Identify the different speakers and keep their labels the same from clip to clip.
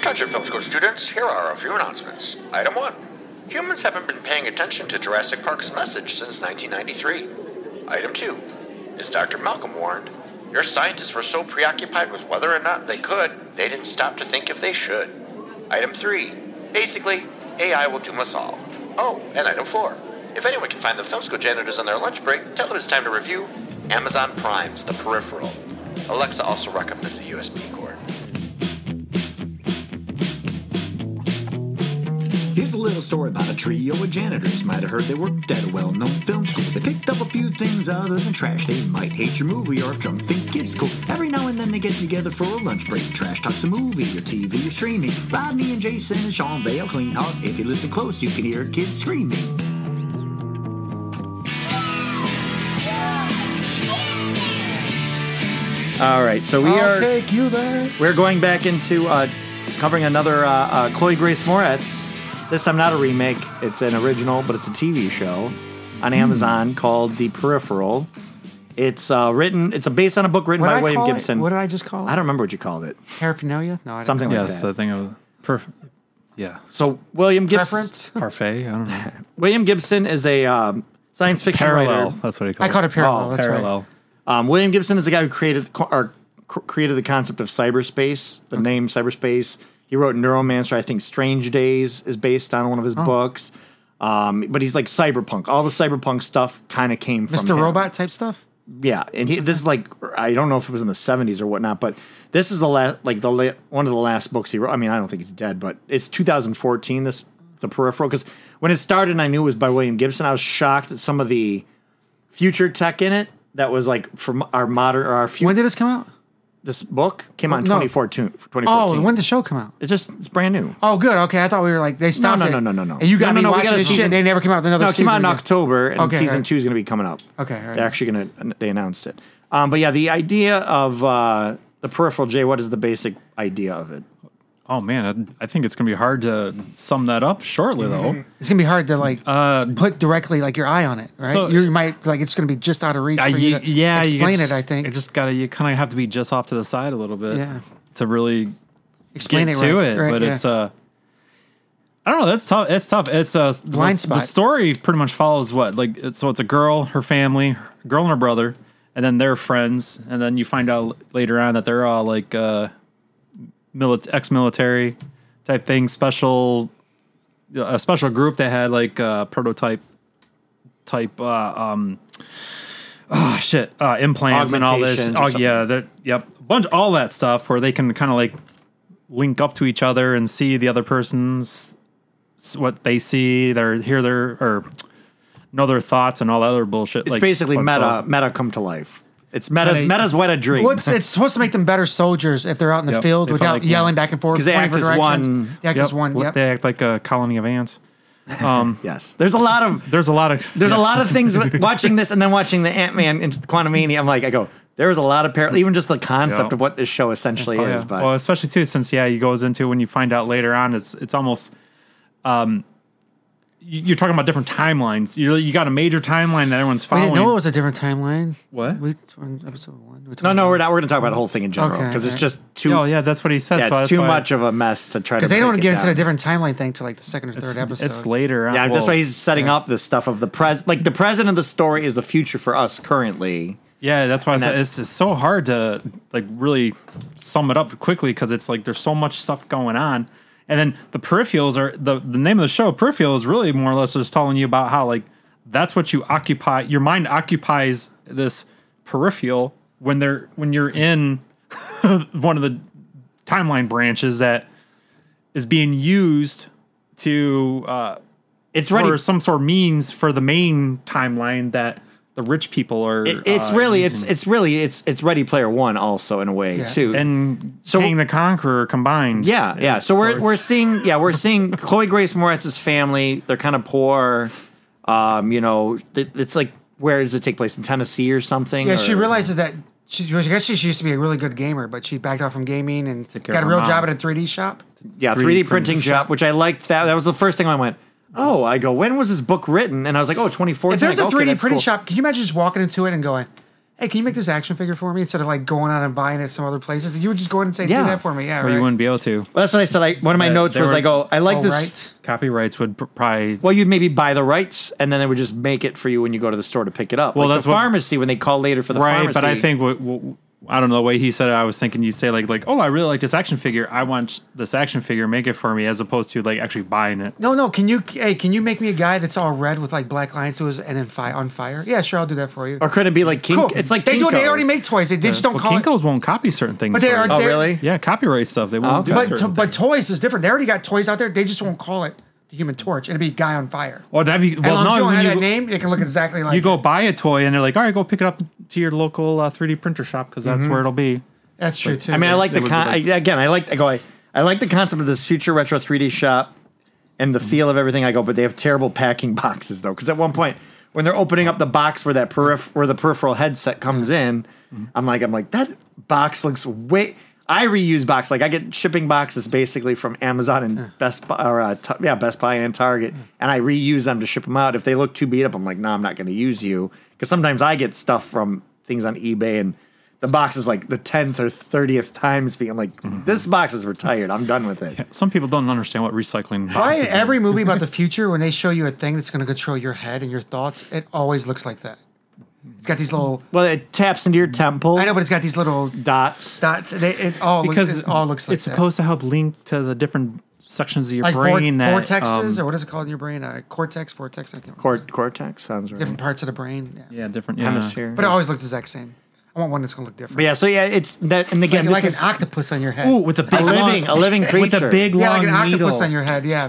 Speaker 1: Attention, film school students, here are a few announcements. Item 1 Humans haven't been paying attention to Jurassic Park's message since 1993. Item 2 As Dr. Malcolm warned, your scientists were so preoccupied with whether or not they could, they didn't stop to think if they should. Item 3 Basically, AI will doom us all. Oh, and item 4 If anyone can find the film school janitors on their lunch break, tell them it's time to review Amazon Prime's The Peripheral. Alexa also recommends a USB cord.
Speaker 2: Here's a little story about a trio of janitors. Might have heard they worked at a well known film school. They picked up a few things other than trash. They might hate your movie or if drunk think it's cool. Every now and then they get together for a lunch break. Trash talks a movie or TV or streaming. Rodney and Jason and Sean Bale clean house. If you listen close, you can hear kids screaming.
Speaker 3: All right, so we
Speaker 4: I'll
Speaker 3: are
Speaker 4: take you there.
Speaker 3: we're going back into uh, covering another uh, uh, Chloe Grace Moretz. This time, not a remake; it's an original, but it's a TV show on
Speaker 4: Hmm.
Speaker 3: Amazon called The Peripheral. It's uh, written. It's based on a book written
Speaker 4: What did
Speaker 3: by
Speaker 4: I
Speaker 3: William
Speaker 4: call it?
Speaker 3: Gibson.
Speaker 4: What did I just call
Speaker 3: I
Speaker 4: it?
Speaker 3: don't remember what you called it.
Speaker 4: Paraphernalia? No, I don't
Speaker 3: Something
Speaker 4: know.
Speaker 3: like
Speaker 4: Yes.
Speaker 3: that.
Speaker 5: Yes, I think I was. Perf- yeah.
Speaker 3: So William Gibson.
Speaker 4: Preference?
Speaker 5: Parfait? I don't know.
Speaker 3: William Gibson is a um, science fiction
Speaker 5: Parallel.
Speaker 3: writer.
Speaker 5: That's what he
Speaker 4: I
Speaker 5: called
Speaker 4: caught a Oh, parallel. that's
Speaker 5: Parallel.
Speaker 3: Um, William Gibson is the guy who created co- or cr- created the concept of cyberspace, the name cyberspace. He wrote Neuromancer. I think Strange Days is based on one of his books. Um, but he's like cyberpunk. All the cyberpunk stuff kind of came from
Speaker 4: right.
Speaker 3: him.
Speaker 4: Mr. Robot type stuff?
Speaker 3: Yeah, and he, this is like I don't know if it was in the '70s or whatnot, but this is the last, like the la- one of the last books he wrote. I mean, I don't think he's dead, but it's 2014. This the peripheral because when it started, and I knew it was by William Gibson. I was shocked at some of the future tech in it that was like from our modern or our future.
Speaker 4: When did this come out?
Speaker 3: this book came out in
Speaker 4: No.
Speaker 3: 2014. 2014.
Speaker 4: Oh, when did the show come out?
Speaker 3: it's just it's brand new.
Speaker 4: Oh, good. Okay, I thought we were like they stopped.
Speaker 3: no,
Speaker 4: it.
Speaker 3: no, no, no, no.
Speaker 4: And you got
Speaker 3: No, no,
Speaker 4: me
Speaker 3: no, we
Speaker 4: watching
Speaker 3: got a
Speaker 4: this shit.
Speaker 3: season.
Speaker 4: They never came out with another
Speaker 3: No, it
Speaker 4: season.
Speaker 3: came out in
Speaker 4: again.
Speaker 3: October, and
Speaker 4: Okay,
Speaker 3: season
Speaker 4: alright.
Speaker 3: two is going to be coming up.
Speaker 4: Okay, alright.
Speaker 3: they're actually going to they announced it. Um, but yeah, the idea of uh, the peripheral Jay, what is the basic idea of it?
Speaker 5: Oh, man. I, I think it's going to be hard to sum that up shortly, though.
Speaker 4: It's gonna be hard to like put directly like your eye on it, right?
Speaker 5: so-
Speaker 4: you might like it's gonna be just out of reach
Speaker 5: I-
Speaker 4: for you to
Speaker 5: yeah, you
Speaker 4: explain
Speaker 5: just-
Speaker 4: it. I think
Speaker 5: It just got to, you kind of have to be just off to the side a little bit
Speaker 4: Yeah.
Speaker 5: to really
Speaker 4: explain
Speaker 5: get
Speaker 4: it
Speaker 5: to
Speaker 4: right,
Speaker 5: it.
Speaker 4: right,
Speaker 5: but
Speaker 4: yeah.
Speaker 5: it's Uh, I don't know. That's tough. It's tough. It's a
Speaker 4: Blind
Speaker 5: The
Speaker 4: spot.
Speaker 5: story pretty much follows what like it's- so. It's a girl, her family, her girl and her brother, and then their friends, and then you find out later on that they're all like uh, milit- ex-military type thing, special a special group that had like uh, prototype type uh, um oh shit uh, implants and all this.
Speaker 3: Augmentations or
Speaker 5: Oh
Speaker 3: something.
Speaker 5: yeah, that yep, bunch all that stuff where they can kind of like link up to each other and see the other person's s- what they see, their hear their or know their thoughts and all that other bullshit.
Speaker 3: It's basically meta
Speaker 5: stuff.
Speaker 3: meta come to life. It's meta's
Speaker 5: Meta-
Speaker 3: meta's wet a dream.
Speaker 4: What's it's supposed to make them better soldiers if they're out in the
Speaker 5: Yep,
Speaker 4: field
Speaker 5: they
Speaker 4: without
Speaker 5: felt like
Speaker 4: yelling
Speaker 5: one.
Speaker 4: back and forth
Speaker 3: 'Cause they
Speaker 4: pointing
Speaker 3: act
Speaker 4: for
Speaker 3: as
Speaker 4: directions.
Speaker 3: one-
Speaker 4: They act
Speaker 5: Yep,
Speaker 4: as one.
Speaker 5: what-
Speaker 4: Yep.
Speaker 5: They act like a colony of ants.
Speaker 3: yes, there's a lot of
Speaker 5: There's a lot of
Speaker 3: there's a lot of things w- watching this and then watching the Ant Man into the Quantumania. I'm like, I go, there's a lot of par- even just the concept
Speaker 5: Yeah.
Speaker 3: of what this show
Speaker 4: Oh,
Speaker 3: essentially is. But
Speaker 5: well, especially too, since yeah, he goes into when you find out later on, it's it's almost, um, you- you're talking about different timelines. You you got a major timeline that everyone's
Speaker 4: we
Speaker 5: following.
Speaker 4: didn't know it was a different timeline.
Speaker 5: What?
Speaker 4: We we're in episode one. We're
Speaker 3: no, no, we're not. We're going to talk about the whole thing in general
Speaker 4: Okay,
Speaker 3: because it's
Speaker 4: alright.
Speaker 3: just too.
Speaker 5: oh yeah, that's what he said.
Speaker 3: yeah,
Speaker 5: so
Speaker 3: it's
Speaker 5: that's
Speaker 3: too
Speaker 5: why
Speaker 3: much of a mess to try to
Speaker 4: because they
Speaker 3: break
Speaker 4: don't
Speaker 3: it
Speaker 4: get into
Speaker 3: down.
Speaker 4: the different timeline thing to like the second or third
Speaker 5: It's,
Speaker 4: episode.
Speaker 5: it's later on.
Speaker 3: Yeah, that's
Speaker 5: Well,
Speaker 3: why he's setting up the stuff of the pres. Like the present of the story is the future for us currently.
Speaker 5: Yeah, that's why I said
Speaker 3: that's-
Speaker 5: it's, it's so hard to like really sum it up quickly because it's like there's so much stuff going on, and then the peripherals are the the name of the show. Peripheral is really more or less just telling you about how like that's what you occupy. Your mind occupies this peripheral when they're when you're in one of the timeline branches that is being used to uh,
Speaker 3: It's ready.
Speaker 5: for some sort of means for the main timeline that the rich people are.
Speaker 3: It- it's
Speaker 5: uh,
Speaker 3: really, it's
Speaker 5: using.
Speaker 3: it's really, it's it's Ready Player One also in a way
Speaker 4: Yeah.
Speaker 3: too.
Speaker 5: and
Speaker 3: So-
Speaker 5: so, King the Conqueror combined.
Speaker 3: yeah, yeah. So we're
Speaker 5: it's-
Speaker 3: we're seeing yeah we're seeing Chloe Grace Moretz's family. They're kind of poor. Um, you know, it, it's like where does it take place in Tennessee or something?
Speaker 4: Yeah,
Speaker 3: or-
Speaker 4: she realizes that she, I guess she, she used to be a really good gamer, but she backed off from gaming and
Speaker 5: care
Speaker 4: got a
Speaker 5: of
Speaker 4: real
Speaker 5: her
Speaker 4: job
Speaker 5: mom.
Speaker 4: at a 3D shop.
Speaker 3: yeah 3D,
Speaker 5: 3D
Speaker 3: printing, shop, which I liked. That that was the first thing I went. Oh, I go. When was this book written? And I was like, oh, 2014.
Speaker 4: If there's
Speaker 3: I
Speaker 4: a
Speaker 3: go, okay,
Speaker 4: 3D
Speaker 3: that's
Speaker 4: printing
Speaker 3: cool.
Speaker 4: shop, can you imagine just walking into it and going, hey, can you make this action figure for me instead of like going out and buying it some other places? You would just go in and say,
Speaker 3: Yeah.
Speaker 4: do that for me. Yeah,
Speaker 5: Well,
Speaker 4: right.
Speaker 5: you wouldn't be able to.
Speaker 3: Well, that's what I said. I, one of my
Speaker 5: Uh,
Speaker 3: notes
Speaker 5: they
Speaker 3: was
Speaker 5: were-
Speaker 3: I go, I like
Speaker 4: Oh,
Speaker 3: this.
Speaker 4: right.
Speaker 5: Copyrights would pr- probably.
Speaker 3: Well, you'd maybe buy the rights, and then they would just make it for you when you go to the store to pick it up.
Speaker 5: Well,
Speaker 3: Like
Speaker 5: that's
Speaker 3: the
Speaker 5: what-
Speaker 3: pharmacy when they call later for the
Speaker 5: right,
Speaker 3: pharmacy.
Speaker 5: but I think what, what I don't know the way he said it. I was thinking you say like like oh I really like this action figure. I want this action figure. Make it for me as opposed to like actually buying it.
Speaker 4: No, no. Can you? Hey, can you make me a guy that's all red with like black lines to his and in fi- on fire? Yeah, sure. I'll do that for you.
Speaker 3: or could it be like Kink? It's like
Speaker 4: they do. it. They
Speaker 3: Kinko's.
Speaker 4: already make toys. They, they just don't
Speaker 5: Well,
Speaker 4: call it.
Speaker 5: Kinkos won't copy certain things.
Speaker 4: But they
Speaker 5: for
Speaker 4: are.
Speaker 5: you.
Speaker 3: Oh,
Speaker 4: they're-
Speaker 3: really?
Speaker 5: yeah, copyright stuff. They won't.
Speaker 3: okay.
Speaker 5: do
Speaker 4: But to,
Speaker 5: certain
Speaker 4: but
Speaker 5: things.
Speaker 4: toys is different. They already got toys out there. They just won't call it the Human Torch. It'd be Guy on Fire.
Speaker 5: or that'd be
Speaker 4: As
Speaker 5: well
Speaker 4: long as you
Speaker 5: no.
Speaker 4: don't have
Speaker 5: You,
Speaker 4: that
Speaker 5: go-
Speaker 4: name, it can look exactly like.
Speaker 5: you go buy a toy and they're like all right go pick it up to your local uh, 3D printer shop because
Speaker 4: Mm-hmm.
Speaker 5: that's where it'll be.
Speaker 4: That's true too.
Speaker 3: I mean, I like
Speaker 5: It
Speaker 3: the
Speaker 5: would
Speaker 3: con- I,
Speaker 5: be
Speaker 3: again. I like. I go. I, I like the concept of this future retro 3D shop and the feel of everything. I go, but they have terrible packing boxes though, because at one point when they're opening up the box where that periph- where the peripheral headset comes in, I'm like, I'm like that box looks way. I reuse box like I get shipping boxes basically from Amazon and Best Buy or uh, t- yeah Best Buy and Target, and I reuse them to ship them out. If they look too beat up, I'm like, no, I'm not going to use you because sometimes I get stuff from things on eBay and the box is like the tenth or thirtieth times being I'm like, this box is retired. I'm done with it.
Speaker 5: Some people don't understand what recycling.
Speaker 4: Why
Speaker 5: boxes mean.
Speaker 4: every movie about the future when they show you a thing that's going to control your head and your thoughts, it always looks like that. It's got these little.
Speaker 3: Well, it taps into your temple.
Speaker 4: I know, but it's got these little
Speaker 3: dots.
Speaker 4: dots. They, Oh, it all
Speaker 5: because
Speaker 4: because it all looks like
Speaker 5: it's
Speaker 4: that.
Speaker 5: supposed to help link to the different sections of your
Speaker 4: like vor-
Speaker 5: brain that
Speaker 4: vortexes
Speaker 5: um,
Speaker 4: or what is it called in your brain? Uh, cortex, vortex. I can't remember.
Speaker 3: Cor- cortex sounds right.
Speaker 4: Different parts of the brain. Yeah.
Speaker 5: yeah different yeah.
Speaker 3: Hemisphere.
Speaker 4: But it always looks the exact same. I want one that's going to look different.
Speaker 3: But yeah, so yeah, it's that. And again,
Speaker 4: like, like
Speaker 3: this
Speaker 4: an octopus on your head.
Speaker 5: Ooh, with a big
Speaker 3: living-
Speaker 5: long-
Speaker 3: a living
Speaker 5: with
Speaker 3: creature.
Speaker 5: a big
Speaker 4: yeah,
Speaker 5: long
Speaker 4: like an
Speaker 5: needle
Speaker 4: octopus on your head. Yeah,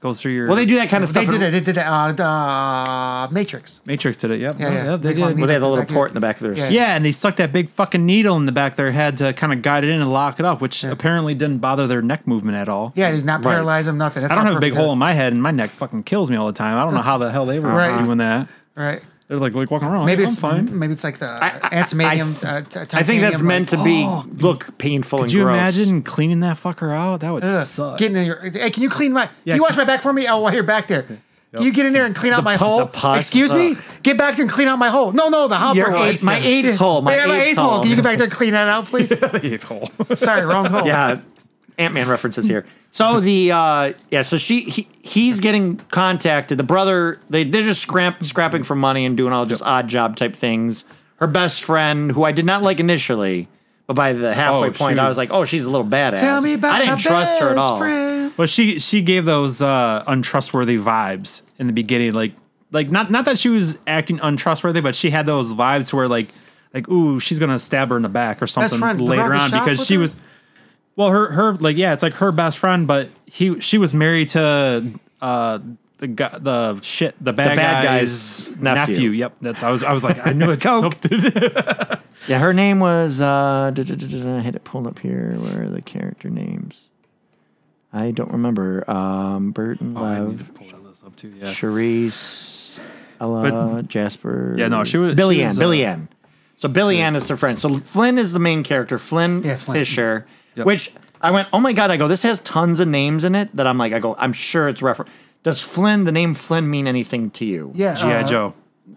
Speaker 5: goes through your
Speaker 3: Well, they do that kind of
Speaker 4: they
Speaker 3: stuff.
Speaker 4: did it. They did it. Uh, the, uh, Matrix.
Speaker 5: Matrix did it yep
Speaker 4: Yeah,
Speaker 5: No,
Speaker 4: yeah.
Speaker 5: yep, they
Speaker 4: They call
Speaker 5: did
Speaker 4: it
Speaker 3: Well, they have a little
Speaker 4: Back here.
Speaker 3: port in the back of their.
Speaker 4: Yeah.
Speaker 5: yeah and they stuck that big fucking needle in the back of their head to kind of guide it in and lock it up which apparently didn't bother their neck movement at all
Speaker 4: Yeah, they did not
Speaker 3: Right.
Speaker 4: paralyze him. Nothing. That's
Speaker 5: I don't
Speaker 4: how
Speaker 5: have a big
Speaker 4: perfect
Speaker 5: hole in my head and my neck fucking kills me all the time I don't know how the hell they were
Speaker 4: Right.
Speaker 5: doing that
Speaker 4: that- Right.
Speaker 5: they're like, like walking around
Speaker 4: Maybe
Speaker 5: I'm
Speaker 4: it's
Speaker 5: fine
Speaker 4: Maybe it's like the
Speaker 3: I-
Speaker 4: antimanium.
Speaker 3: I-
Speaker 4: uh, t-
Speaker 3: I think that's
Speaker 4: titanium,
Speaker 3: meant
Speaker 4: like- oh,
Speaker 3: to be look painful and
Speaker 5: could you
Speaker 3: gross.
Speaker 5: imagine cleaning that fucker out that would
Speaker 4: Ugh,
Speaker 5: suck
Speaker 4: Getting in your. Hey, can you clean my?
Speaker 5: Yeah,
Speaker 4: can you wash
Speaker 5: can-
Speaker 4: my back for me? Oh, well, here back there. Can you get in there and clean out my
Speaker 3: pu-
Speaker 4: hole?
Speaker 3: the pus,
Speaker 4: Excuse me.
Speaker 3: ugh.
Speaker 4: Get back there and clean out my hole. No, no, the hopper.
Speaker 3: Your
Speaker 4: hole.
Speaker 3: eight- my eighth hole, my
Speaker 4: yeah, my
Speaker 3: eighth
Speaker 4: eighth hole.
Speaker 3: hole.
Speaker 4: Can you get back there and clean that out, please?
Speaker 5: Eighth hole.
Speaker 4: Sorry, wrong hole.
Speaker 3: yeah, Ant Man references here. So the uh yeah, so she he, he's getting contacted. The brother they they're just scrap, scrapping for money and doing all just odd job type things. Her best friend, who I did not like initially, but by the halfway
Speaker 5: Oh,
Speaker 3: point, I was like,
Speaker 5: she's-
Speaker 3: oh, she's a little badass.
Speaker 4: Tell me about
Speaker 3: I didn't
Speaker 4: my
Speaker 3: trust her at
Speaker 4: best
Speaker 3: all.
Speaker 4: friend.
Speaker 5: Well, she she gave those uh, untrustworthy vibes in the beginning, like like not not that she was acting untrustworthy, but she had those vibes where like like ooh she's gonna stab her in the back or something
Speaker 4: friend, the
Speaker 5: later
Speaker 4: rock is
Speaker 5: on
Speaker 4: shot
Speaker 5: because
Speaker 4: with
Speaker 5: she
Speaker 4: her?
Speaker 5: was well her her like yeah it's like her best friend, but he she was married to uh the guy the shit the bad,
Speaker 3: bad
Speaker 5: guy's,
Speaker 3: guy's nephew.
Speaker 5: nephew. Yep, that's I was I was like I knew it's
Speaker 3: Coke.
Speaker 5: something.
Speaker 3: Yeah, her name was. uh duh, duh, duh, duh, duh, I had it pulled up here. Where are the character names? I don't remember. Um Burton
Speaker 4: Oh,
Speaker 3: Love, Charisse, Ella, Jasper.
Speaker 5: Yeah, no, she was-
Speaker 3: Billy
Speaker 5: she
Speaker 3: Ann.
Speaker 5: was, uh,
Speaker 3: Billy Ann. So Billy Ann is her friend. So Flynn is the main character. Flynn,
Speaker 4: Yeah, Flynn.
Speaker 3: Fisher, which I went, oh my god, I go, this has tons of names in it that I'm like, I go, I'm sure it's refer. Does Flynn, the name Flynn, mean anything to you?
Speaker 4: Yeah.
Speaker 5: GI
Speaker 4: uh,
Speaker 5: Joe.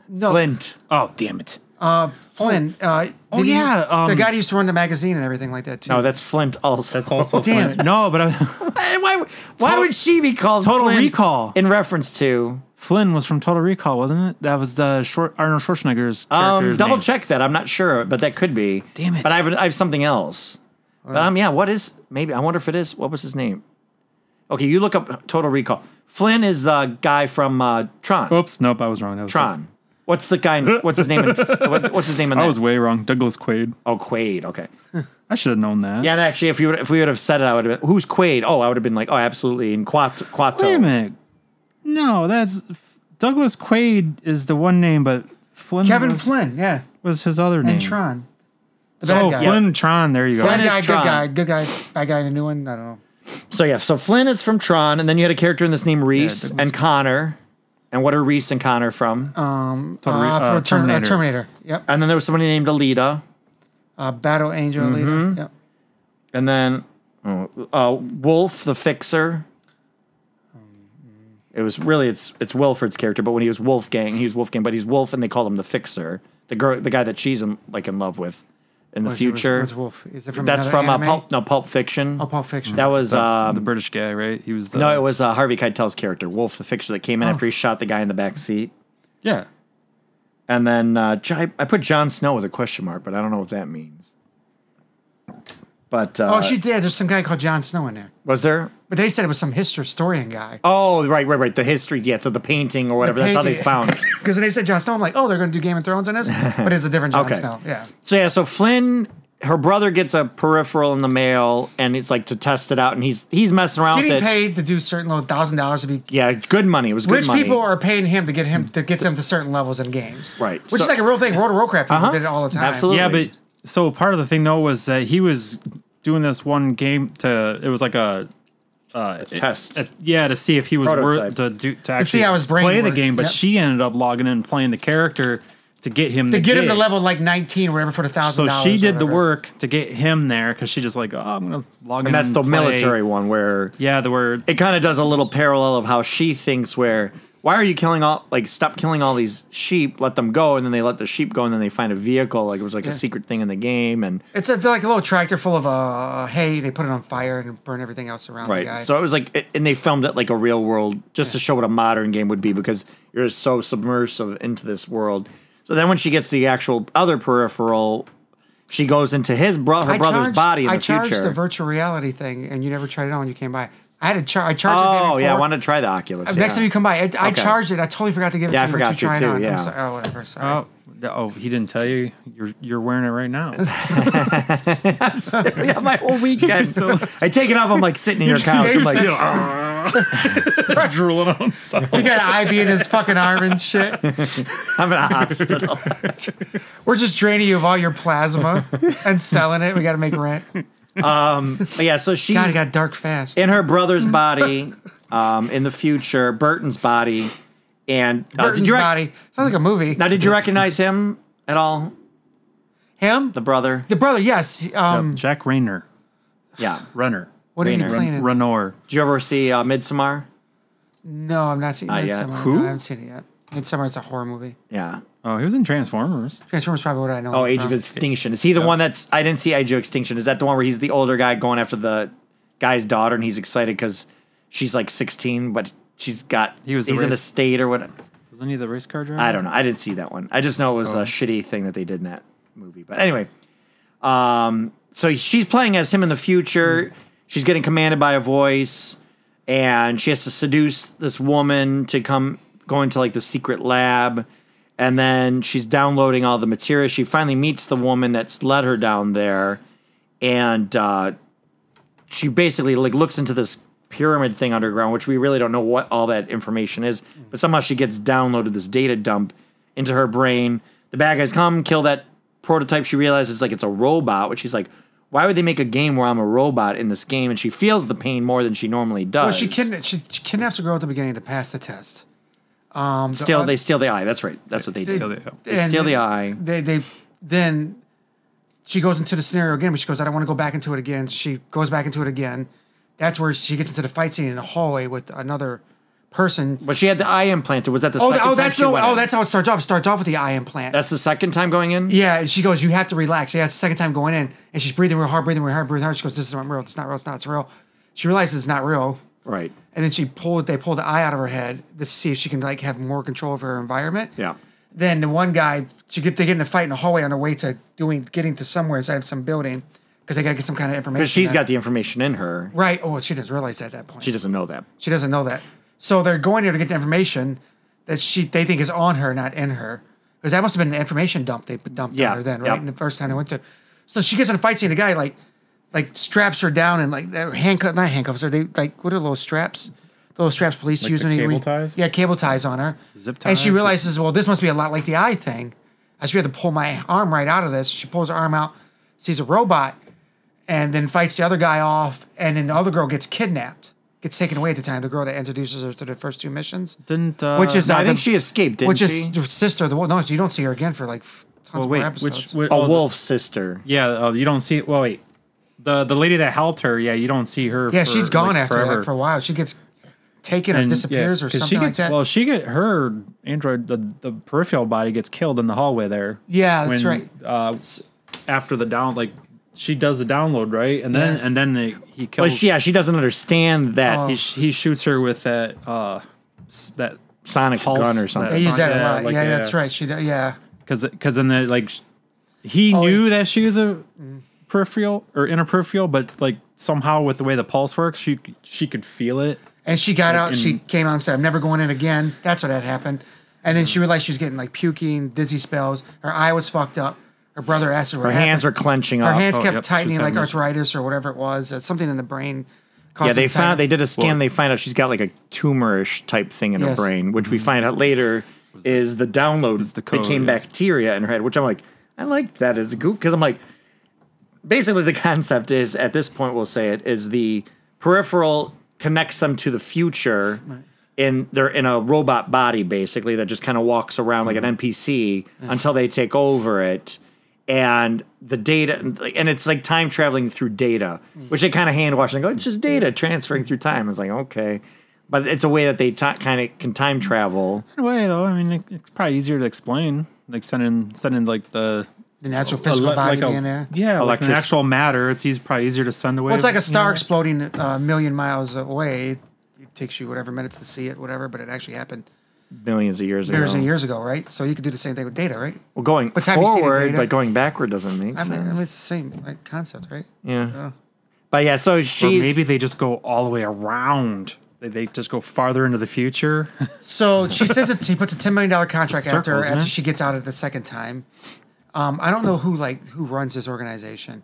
Speaker 4: No,
Speaker 3: Flint.
Speaker 5: Oh damn it.
Speaker 4: Flynn. Uh, oh
Speaker 5: yeah, um,
Speaker 4: the guy who used to run the magazine and everything like that too.
Speaker 3: No, that's Flint also.
Speaker 5: That's also
Speaker 4: Damn
Speaker 5: fun.
Speaker 4: it.
Speaker 5: No, but I,
Speaker 3: And why, why
Speaker 5: Total-
Speaker 3: would she be called
Speaker 5: Total
Speaker 3: Flynn
Speaker 5: Recall.
Speaker 3: in reference to?
Speaker 5: Flynn was from Total Recall, wasn't it? That was the short Arnold Schwarzenegger's character.
Speaker 3: Um, double check that. I'm not sure, but that could be.
Speaker 5: Damn it.
Speaker 3: But I have, I have something else. But um, yeah, what is maybe? I wonder if it is. What was his name? Okay, you look up Total Recall. Flynn is the guy from uh, Tron.
Speaker 5: Oops, nope, I was wrong. That was
Speaker 3: Tron. What's the guy? In, what's his name? In, what, what's his name in that?
Speaker 5: I was way wrong. Douglas Quaid.
Speaker 3: oh, Quaid. Okay.
Speaker 5: I should have known that.
Speaker 3: Yeah, and actually, if you would- if we would have said it, I would have been who's Quaid? Oh, I would have been like, oh, absolutely, in Quat Quato.
Speaker 5: Wait a minute. No, that's Douglas Quaid is the one name, but Flynn
Speaker 4: Kevin
Speaker 5: was,
Speaker 4: Flynn. Yeah,
Speaker 5: was his other name.
Speaker 4: and Tron. The
Speaker 5: Oh,
Speaker 4: bad guy.
Speaker 5: Flynn Tron. There you go.
Speaker 4: Bad
Speaker 3: Mm. Flynn is
Speaker 4: guy,
Speaker 3: Tron.
Speaker 4: good guy, good guy, bad guy in a new one. I don't know.
Speaker 3: So yeah, so Flynn is from Tron, and then you had a character in this named Reese
Speaker 5: Douglas
Speaker 3: and Connor. And what are Reese and Connor from?
Speaker 5: Total Re-
Speaker 4: Uh,
Speaker 5: uh,
Speaker 4: for Term- uh, Terminator. Yep.
Speaker 3: and then there was somebody named Alita.
Speaker 4: Uh, Battle Angel
Speaker 3: Mm-hmm.
Speaker 4: leader. Yep.
Speaker 3: And then oh, uh, Wolf the Fixer. It was really it's it's Wilfred's character, but when he was Wolfgang, he was Wolfgang, but he's Wolf, and they called him the Fixer. the girl, the guy that she's in, like in love with in the
Speaker 4: Where's-
Speaker 3: future.
Speaker 4: where's Wolf? Is it from
Speaker 3: That's
Speaker 4: another
Speaker 3: from uh,
Speaker 4: anime?
Speaker 3: Pulp, no Pulp Fiction.
Speaker 4: Oh, Pulp Fiction.
Speaker 3: That was
Speaker 5: the
Speaker 3: um,
Speaker 5: British guy, right? He was the
Speaker 3: no, it was uh, Harvey Keitel's character, Wolf, the fixture that
Speaker 4: Oh.
Speaker 3: came in after he shot the guy in the back seat.
Speaker 5: yeah.
Speaker 3: And then uh, J- I put Jon Snow with a question mark, but I don't know what that means. But uh,
Speaker 4: Oh, she did. There's some guy called Jon Snow in there,
Speaker 3: was there?
Speaker 4: but they said it was some historian guy.
Speaker 3: Oh, right, right, right. The history, yeah, so the painting or whatever. That's how they
Speaker 4: painting.
Speaker 3: found.
Speaker 4: Because they said Jon Snow, I'm like, oh, they're going to do Game of Thrones on this, but it's a different Jon
Speaker 3: Okay.
Speaker 4: Snow. Yeah.
Speaker 3: So yeah, so Flynn, her brother gets a peripheral in the mail, and it's like to test it out, and he's he's messing around with
Speaker 4: Getting
Speaker 3: it.
Speaker 4: paid to do certain little thousand dollars to be.
Speaker 3: Yeah, good money. It was good
Speaker 4: Rich
Speaker 3: money.
Speaker 4: people are paying him to get him to get them to certain levels in games,
Speaker 3: Right.
Speaker 4: Which
Speaker 3: So-
Speaker 4: is like a real thing. World of Warcraft people
Speaker 3: Uh-huh.
Speaker 4: did it all the time.
Speaker 3: Absolutely.
Speaker 5: Yeah, but so part of the thing though was that he was doing this one game to it was like a
Speaker 3: test.
Speaker 5: uh, yeah to see if he was
Speaker 3: Prototype.
Speaker 5: worth to do to
Speaker 4: see
Speaker 5: actually
Speaker 4: how his brain
Speaker 5: play the
Speaker 4: worked,
Speaker 5: game. But
Speaker 4: yep.
Speaker 5: she ended up logging in and playing the character to get him
Speaker 4: To
Speaker 5: the
Speaker 4: get him to
Speaker 5: gig.
Speaker 4: level like 19 or whatever for the thousand
Speaker 5: So
Speaker 4: dollars.
Speaker 5: she
Speaker 4: or
Speaker 5: did the
Speaker 4: whatever.
Speaker 5: work to get him there because she just like oh I'm gonna log in
Speaker 3: and that's the
Speaker 5: play."
Speaker 3: military one where
Speaker 5: Yeah, the word
Speaker 3: it kind of does a little parallel of how she thinks where why are you killing all like stop killing all these sheep let them go and then they let the sheep go and then they find a vehicle like it was like
Speaker 4: Yeah.
Speaker 3: a secret thing in the game and
Speaker 4: It's a, like a little tractor full of uh, hay. They put it on fire and burn everything else around. The guy.
Speaker 3: right so it was like it, and they filmed it like a real world just to show what a modern game would be because you're so submersive into this world so then when she gets the actual other peripheral she goes into his bro- her
Speaker 4: I
Speaker 3: brother's
Speaker 4: charged-
Speaker 3: body in
Speaker 4: I
Speaker 3: the
Speaker 4: charged
Speaker 3: future
Speaker 4: the virtual reality thing, and you never tried it on. when You came by. I had to charge. I charged it.
Speaker 3: oh yeah i
Speaker 4: wanted.
Speaker 3: wanted to try the oculus yeah.
Speaker 4: Next time you come by, I, I
Speaker 3: Okay.
Speaker 4: charged it. I totally forgot to give it
Speaker 3: Yeah, I
Speaker 4: to you.
Speaker 3: forgot
Speaker 4: but you
Speaker 3: to,
Speaker 4: try it
Speaker 3: too,
Speaker 4: on. I'm
Speaker 3: yeah.
Speaker 4: sorry. Oh, whatever. Sorry.
Speaker 5: oh oh he didn't tell you you're you're wearing it right now.
Speaker 3: yeah, my whole weekend.
Speaker 5: so-
Speaker 3: I take it off. I'm like sitting in your couch. I'm like,
Speaker 5: "Ah." drooling on himself.
Speaker 4: He got IV in his fucking arm and shit.
Speaker 3: I'm in a hospital.
Speaker 4: We're just draining you of all your plasma and selling it. We got to make rent.
Speaker 3: But yeah, so she's
Speaker 4: God, it got dark fast.
Speaker 3: in her brother's body, um, in the future, Burton's body, and uh,
Speaker 4: Burton's
Speaker 3: did you rec-
Speaker 4: body. Sounds like a movie.
Speaker 3: Now, did you recognize him at all?
Speaker 4: Him?
Speaker 3: The
Speaker 4: The,
Speaker 3: brother?
Speaker 4: brother, yes. he- Um,
Speaker 5: Jack Rayner,
Speaker 3: Yeah.
Speaker 5: runner,
Speaker 4: What are you
Speaker 3: Rayner.
Speaker 4: playing? it?
Speaker 5: runner.
Speaker 3: Did you ever see uh, Midsommar?
Speaker 4: No, I'm not seeing
Speaker 3: yet.
Speaker 4: Midsummer.
Speaker 5: Who?
Speaker 4: I haven't seen it yet. Midsummer, it's a horror movie.
Speaker 3: Yeah.
Speaker 5: Oh, he was in Transformers.
Speaker 4: Transformers probably what I know.
Speaker 3: Oh,
Speaker 4: him
Speaker 3: Age of
Speaker 4: from.
Speaker 3: Extinction. Is he the one that's? I didn't see Age of Extinction. Is that the one where he's the older guy going after the guy's daughter, and he's excited because she's like 16, but she's got
Speaker 5: He was the
Speaker 3: he's in a
Speaker 5: race-
Speaker 3: state or what?
Speaker 5: Wasn't he the race car driver?
Speaker 3: I don't know. I didn't see that one. I just know it was
Speaker 5: Oh.
Speaker 3: a shitty thing that they did in that movie. But anyway, um, so she's playing as him in the future.
Speaker 5: Hmm.
Speaker 3: She's getting commanded by a voice, and she has to seduce this woman to come go into like the secret lab. And then she's downloading all the material. She finally meets the woman that's led her down there, and uh, she basically like looks into this pyramid thing underground, which we really don't know what all that information is. But somehow she gets downloaded this data dump into her brain. The bad guys come, kill that prototype. She realizes like it's a robot, which she's like, why would they make a game where I'm a robot in this game? And she feels the pain more than she normally does.
Speaker 4: Well, she, kidna- she, she kidnaps a girl at the beginning to pass the test. Um, the
Speaker 3: Still,
Speaker 4: oth-
Speaker 3: they steal the eye. That's right. That's what uh, they do.
Speaker 5: So they-
Speaker 3: They steal the eye.
Speaker 4: They they then she goes into the scenario again, but she goes, I don't want to go back into it again. She goes back into it again. That's where she gets into the fight scene in the hallway with another person.
Speaker 3: But she had the eye implanted. Was that the
Speaker 4: Oh,
Speaker 3: second
Speaker 4: th- oh,
Speaker 3: time
Speaker 4: that's
Speaker 3: she
Speaker 4: no,
Speaker 3: went
Speaker 4: oh,
Speaker 3: in?
Speaker 4: that's how it starts off. It starts off with the eye implant.
Speaker 3: That's the second time going in?
Speaker 4: yeah, and she goes, You have to relax. Yeah, it's the second time going in. And she's breathing real hard, breathing real hard, breathing hard. She goes, This is not real, it's not real, it's not it's real. She realizes it's not real.
Speaker 3: Right.
Speaker 4: And then she pulled they pulled the eye out of her head to see if she can like have more control of her environment.
Speaker 3: Yeah.
Speaker 4: then the one guy she get they get in a fight in the hallway on their way to doing getting to somewhere inside of some building because they got to get some kind of information.
Speaker 3: Because she's
Speaker 4: out.
Speaker 3: got the information in her.
Speaker 4: right. Oh, well, she doesn't realize that at that point.
Speaker 3: She
Speaker 4: She,
Speaker 3: doesn't know that.
Speaker 4: doesn't know that. So they're going there to get the information that she they think is on her, not in her, because that must have been an information dump they dumped
Speaker 3: Yeah,
Speaker 4: on her then, right?
Speaker 3: yep.
Speaker 4: And the first time they went to, so she gets in a fight scene. The guy like like straps her down and like they're handcuff not handcuffs her. They like what are those straps? Those straps police use
Speaker 5: the
Speaker 4: when you
Speaker 5: cable
Speaker 4: re-
Speaker 5: ties?
Speaker 4: Yeah, cable ties on her.
Speaker 5: Zip
Speaker 4: And she
Speaker 5: ties?
Speaker 4: realizes, well, this must be a lot like the eye thing. I should be able to pull my arm right out of this. She pulls her arm out, sees a robot, and then fights the other guy off. And then the other girl gets kidnapped, gets taken away at the time. The girl that introduces her to the first two missions,
Speaker 5: Didn't uh,
Speaker 4: which is
Speaker 3: No,
Speaker 4: uh,
Speaker 3: I think
Speaker 4: the-
Speaker 3: she escaped, didn't
Speaker 4: which
Speaker 3: she?
Speaker 4: is her sister. The one- no, you don't see her again for like f- tons
Speaker 5: well, wait
Speaker 4: more episodes.
Speaker 5: which wait,
Speaker 3: A
Speaker 5: oh, the-
Speaker 3: wolf's sister.
Speaker 5: yeah, uh, you don't see. Well, wait. The the lady that helped her, yeah, you don't see her.
Speaker 4: yeah,
Speaker 5: for,
Speaker 4: she's gone
Speaker 5: like,
Speaker 4: after
Speaker 5: forever.
Speaker 4: that for a while. She gets taken or
Speaker 5: And, yeah,
Speaker 4: disappears or
Speaker 5: 'cause
Speaker 4: something
Speaker 5: she
Speaker 4: like
Speaker 5: gets,
Speaker 4: that.
Speaker 5: Well, she get her android the, the peripheral body gets killed in the hallway there.
Speaker 4: Yeah, that's
Speaker 5: when, Uh, after the down, like she does the download right, and then
Speaker 4: Yeah.
Speaker 5: and then they, he kills.
Speaker 3: But she, yeah, she doesn't understand that
Speaker 4: Oh.
Speaker 5: he, sh- he shoots her with that uh s- that
Speaker 3: sonic
Speaker 5: Pulse
Speaker 3: gun or
Speaker 5: that-
Speaker 3: something.
Speaker 4: they use that
Speaker 5: yeah,
Speaker 4: a lot.
Speaker 5: like,
Speaker 4: yeah,
Speaker 5: yeah.
Speaker 4: that's right. She d- yeah.
Speaker 5: because because then the like sh- he
Speaker 4: Oh, Mm.
Speaker 5: knew that she was a peripheral or inner peripheral, but like somehow with the way the pulse works, she she could feel it.
Speaker 4: And she got out. she
Speaker 5: in-
Speaker 4: came out and said, "I'm never going in again." That's what had happened. And then she realized she was getting like puking, dizzy spells. Her eye was fucked up. Her brother asked her.
Speaker 3: Her hands were clenching
Speaker 4: Her
Speaker 3: up.
Speaker 4: hands
Speaker 5: oh,
Speaker 4: kept
Speaker 5: yep, she was
Speaker 4: tightening, like
Speaker 5: having this-
Speaker 4: arthritis or whatever it was. Uh, something in the brain.
Speaker 3: yeah,
Speaker 4: caused
Speaker 3: they
Speaker 4: the tightness.
Speaker 3: found they did a scan. they find out she's got like a tumorish type thing in her
Speaker 4: Yes. Mm-hmm.
Speaker 3: brain, which we find out later is the download
Speaker 5: the code,
Speaker 3: became
Speaker 5: yeah.
Speaker 3: bacteria in her head. Which I'm like, I like that as a goof because I'm like, basically the concept is at this point we'll say it is the peripheral connects them to the future in they're in a robot body basically that just kind of walks around
Speaker 4: Mm-hmm.
Speaker 3: like an npc until they take over it and the data and it's like time traveling through data
Speaker 4: Mm.
Speaker 3: which they kind of hand wash and go it's just data transferring through time it's like okay but it's a way that they ti kind of can time travel
Speaker 5: In a way, though, I mean, it- it's probably easier to explain, like sending sending like the
Speaker 4: the natural physical
Speaker 5: ele-
Speaker 4: body
Speaker 5: like
Speaker 4: being there.
Speaker 5: yeah, like an
Speaker 3: Electric-
Speaker 5: actual matter. It's easy, probably easier to send away.
Speaker 4: Well, it's like a star exploding a million miles away. It takes you whatever minutes to see it, whatever, but it actually happened
Speaker 3: millions of years ago
Speaker 4: years and years ago, right? So you could do the same thing with data, right?
Speaker 3: well going
Speaker 4: What time you see the
Speaker 3: forward
Speaker 4: data?
Speaker 3: but going backward doesn't make
Speaker 4: I
Speaker 3: sense
Speaker 4: mean, I mean, it's the same like, concept, right?
Speaker 3: yeah but yeah so
Speaker 5: or
Speaker 3: she's
Speaker 5: maybe they just go all the way around. They, they just go farther into the future.
Speaker 4: So she sends it. She puts a ten million dollar contract
Speaker 5: It's a circle,
Speaker 4: after her
Speaker 5: isn't
Speaker 4: after
Speaker 5: it?
Speaker 4: she gets out of the second time. Um, I don't know who like who runs this organization.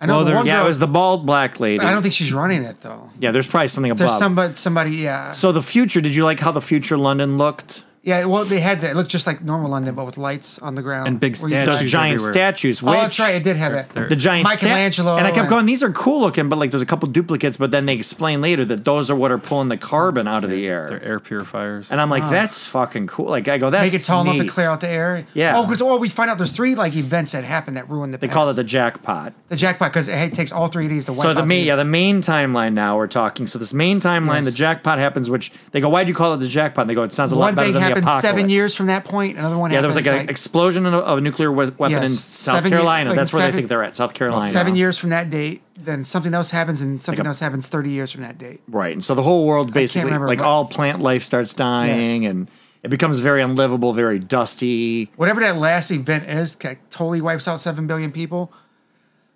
Speaker 4: I know
Speaker 5: Well,
Speaker 4: the
Speaker 5: there-
Speaker 4: one
Speaker 3: yeah
Speaker 4: girl-
Speaker 3: it was the bald black lady
Speaker 4: I don't think she's running it though.
Speaker 3: yeah there's probably something above
Speaker 4: There's somebody, somebody, yeah,
Speaker 3: so the future did you like how the future london looked
Speaker 4: yeah. Well, they had that. It looked just like normal London, but with lights on the ground
Speaker 5: And big
Speaker 4: Where you could
Speaker 5: statues.
Speaker 3: those
Speaker 4: drive-
Speaker 5: Statues
Speaker 3: giant
Speaker 5: everywhere.
Speaker 3: statues. Which,
Speaker 4: Oh, that's right. It did have it.
Speaker 3: The giant sta-
Speaker 4: Michelangelo
Speaker 3: and I kept
Speaker 4: and-
Speaker 3: going. These are cool looking, but like there's a couple duplicates. But then they explain later that those are what are pulling the carbon out of the
Speaker 5: They're
Speaker 3: air.
Speaker 5: air purifiers.
Speaker 3: And I'm like, that's fucking cool. Like I go, that's
Speaker 4: Ah. Make it tall
Speaker 3: neat.
Speaker 4: enough to clear out the air.
Speaker 3: Yeah.
Speaker 4: Oh, because oh, we find out there's three like events that happen that ruin the.
Speaker 3: They call it the jackpot.
Speaker 4: the jackpot because it, takes all three of these to wipe
Speaker 3: So the
Speaker 4: out
Speaker 3: main, yeah, the main timeline. Now we're talking. So this main timeline,
Speaker 4: Yes.
Speaker 3: the jackpot happens. Which they go, why do you call it the jackpot? And they go, it sounds a lot
Speaker 4: one
Speaker 3: better
Speaker 4: thing
Speaker 3: than
Speaker 4: happened
Speaker 3: the apocalypse.
Speaker 4: seven years from that point. Another one.
Speaker 3: yeah, there was like
Speaker 4: happens,
Speaker 3: an explosion of of a nuclear we- weapon in
Speaker 4: Yes,
Speaker 3: South
Speaker 4: seven year-
Speaker 3: Carolina.
Speaker 4: like
Speaker 3: That's where they
Speaker 4: seven-
Speaker 3: think they're at, South Carolina.
Speaker 4: seven years from that date. Then something else happens, and something
Speaker 3: a-
Speaker 4: else happens thirty years from that date.
Speaker 3: Right. And so the whole world basically,
Speaker 4: remember,
Speaker 3: like
Speaker 4: but-
Speaker 3: all plant life starts dying
Speaker 4: Yes.
Speaker 3: and it becomes very unlivable, very dusty.
Speaker 4: Whatever that last event is, ca- totally wipes out seven billion people.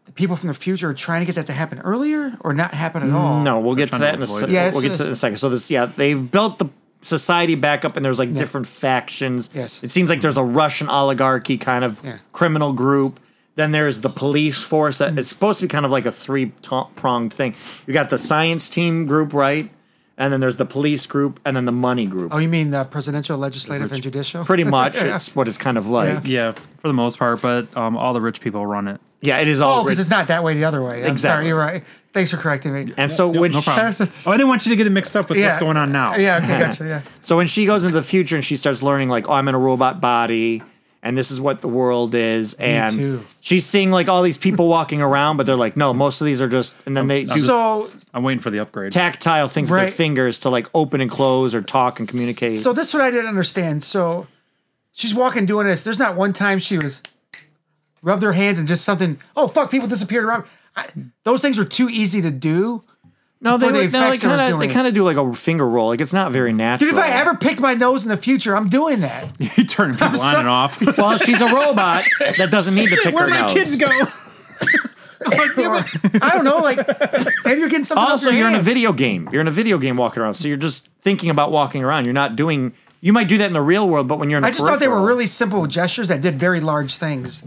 Speaker 4: The people from the future are trying to get that to happen earlier or not happen at all.
Speaker 3: No, we'll get to
Speaker 5: Oh, trying
Speaker 3: that
Speaker 5: to
Speaker 3: in a
Speaker 5: avoid
Speaker 3: second.
Speaker 5: it.
Speaker 4: Yeah, it's-
Speaker 3: we'll get to that in a second. So this, yeah, they've built the society back up and there's like different factions.
Speaker 4: Yes.
Speaker 3: It seems like there's a Russian oligarchy kind of
Speaker 4: Yeah.
Speaker 3: criminal group. Then there's the police force that it's supposed to be kind of like a three to- pronged thing. You got the science team group, right? And then there's the police group and then the money group.
Speaker 4: Oh, you mean the presidential, legislative, and judicial?
Speaker 3: Pretty much, it's what it's kind of like. Yeah,
Speaker 5: yeah, for the most part, but um, all the rich people run it.
Speaker 3: it is all
Speaker 4: Oh, because
Speaker 3: rich-
Speaker 4: it's not that way the other way. I'm
Speaker 3: Exactly.
Speaker 4: sorry, you're right. Thanks for correcting me.
Speaker 3: And so when
Speaker 5: No
Speaker 3: she-
Speaker 5: problem. oh, I didn't want you to get it mixed up with what's going on now.
Speaker 4: Yeah, okay, gotcha. Yeah.
Speaker 3: so when she goes into the future and she starts learning like, oh, I'm in a robot body, and this is what the world is, and
Speaker 4: too.
Speaker 3: she's seeing like all these people walking around, but they're like, no, most of these are just, and then they do
Speaker 4: So
Speaker 5: I'm waiting for the upgrade.
Speaker 3: tactile things with
Speaker 4: Right.
Speaker 3: their fingers to like open and close or talk and communicate.
Speaker 4: So this one I didn't understand. So she's walking doing this. There's not one time she was rubbed her hands and just something. Oh fuck! People disappeared around. I, those things are too easy to do.
Speaker 3: no, they,
Speaker 4: for the
Speaker 3: like- no, they
Speaker 4: effects I was
Speaker 3: kind of they
Speaker 4: doing.
Speaker 3: kind of do like a finger roll. Like it's not very natural.
Speaker 4: Dude, if I ever picked my nose in the future, I'm doing that.
Speaker 5: you turn people on and off.
Speaker 3: well, she's a robot that doesn't need to pick her nose.
Speaker 5: go?
Speaker 4: Oh, I don't know. Like maybe you're getting something. off
Speaker 3: also
Speaker 4: your
Speaker 3: you're in a
Speaker 4: hands.
Speaker 3: video game you're in a video game walking around so you're just thinking about walking around you're not doing you might do that in the real world but when you're in
Speaker 4: I just thought they were
Speaker 3: peripheral-
Speaker 4: really simple gestures that did very large things,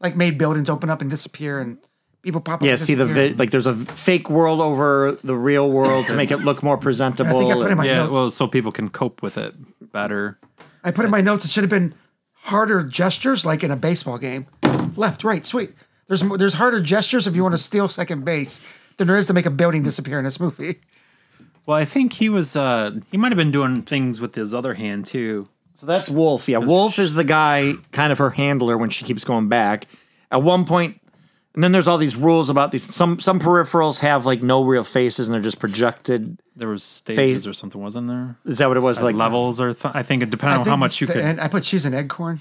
Speaker 4: like made buildings open up and disappear and people pop up.
Speaker 3: yeah
Speaker 4: and
Speaker 3: see the
Speaker 4: disappear.
Speaker 3: vid like there's a fake world over the real world to make it look more presentable
Speaker 4: I think I put in my
Speaker 5: yeah,
Speaker 4: notes.
Speaker 5: well, so people can cope with it better.
Speaker 4: I put in my notes. It should have been harder gestures, like in a baseball game. Left, right, sweet. There's mo- there's harder gestures if you want to steal second base than there is to make a building disappear in this movie.
Speaker 5: Well, I think he was. uh He might have been doing things with his other hand too.
Speaker 3: so that's wolf yeah wolf is the guy kind of her handler when she keeps going back at one point And then there's all these rules about these. Some some peripherals have like no real faces and they're just projected.
Speaker 5: There was stages or something, wasn't there?
Speaker 3: Is that what it was? Like
Speaker 5: Levels or th- I think it depended on
Speaker 4: Uh, think
Speaker 5: how much you
Speaker 4: it's the-
Speaker 5: could.
Speaker 4: And I put she's an eggcorn.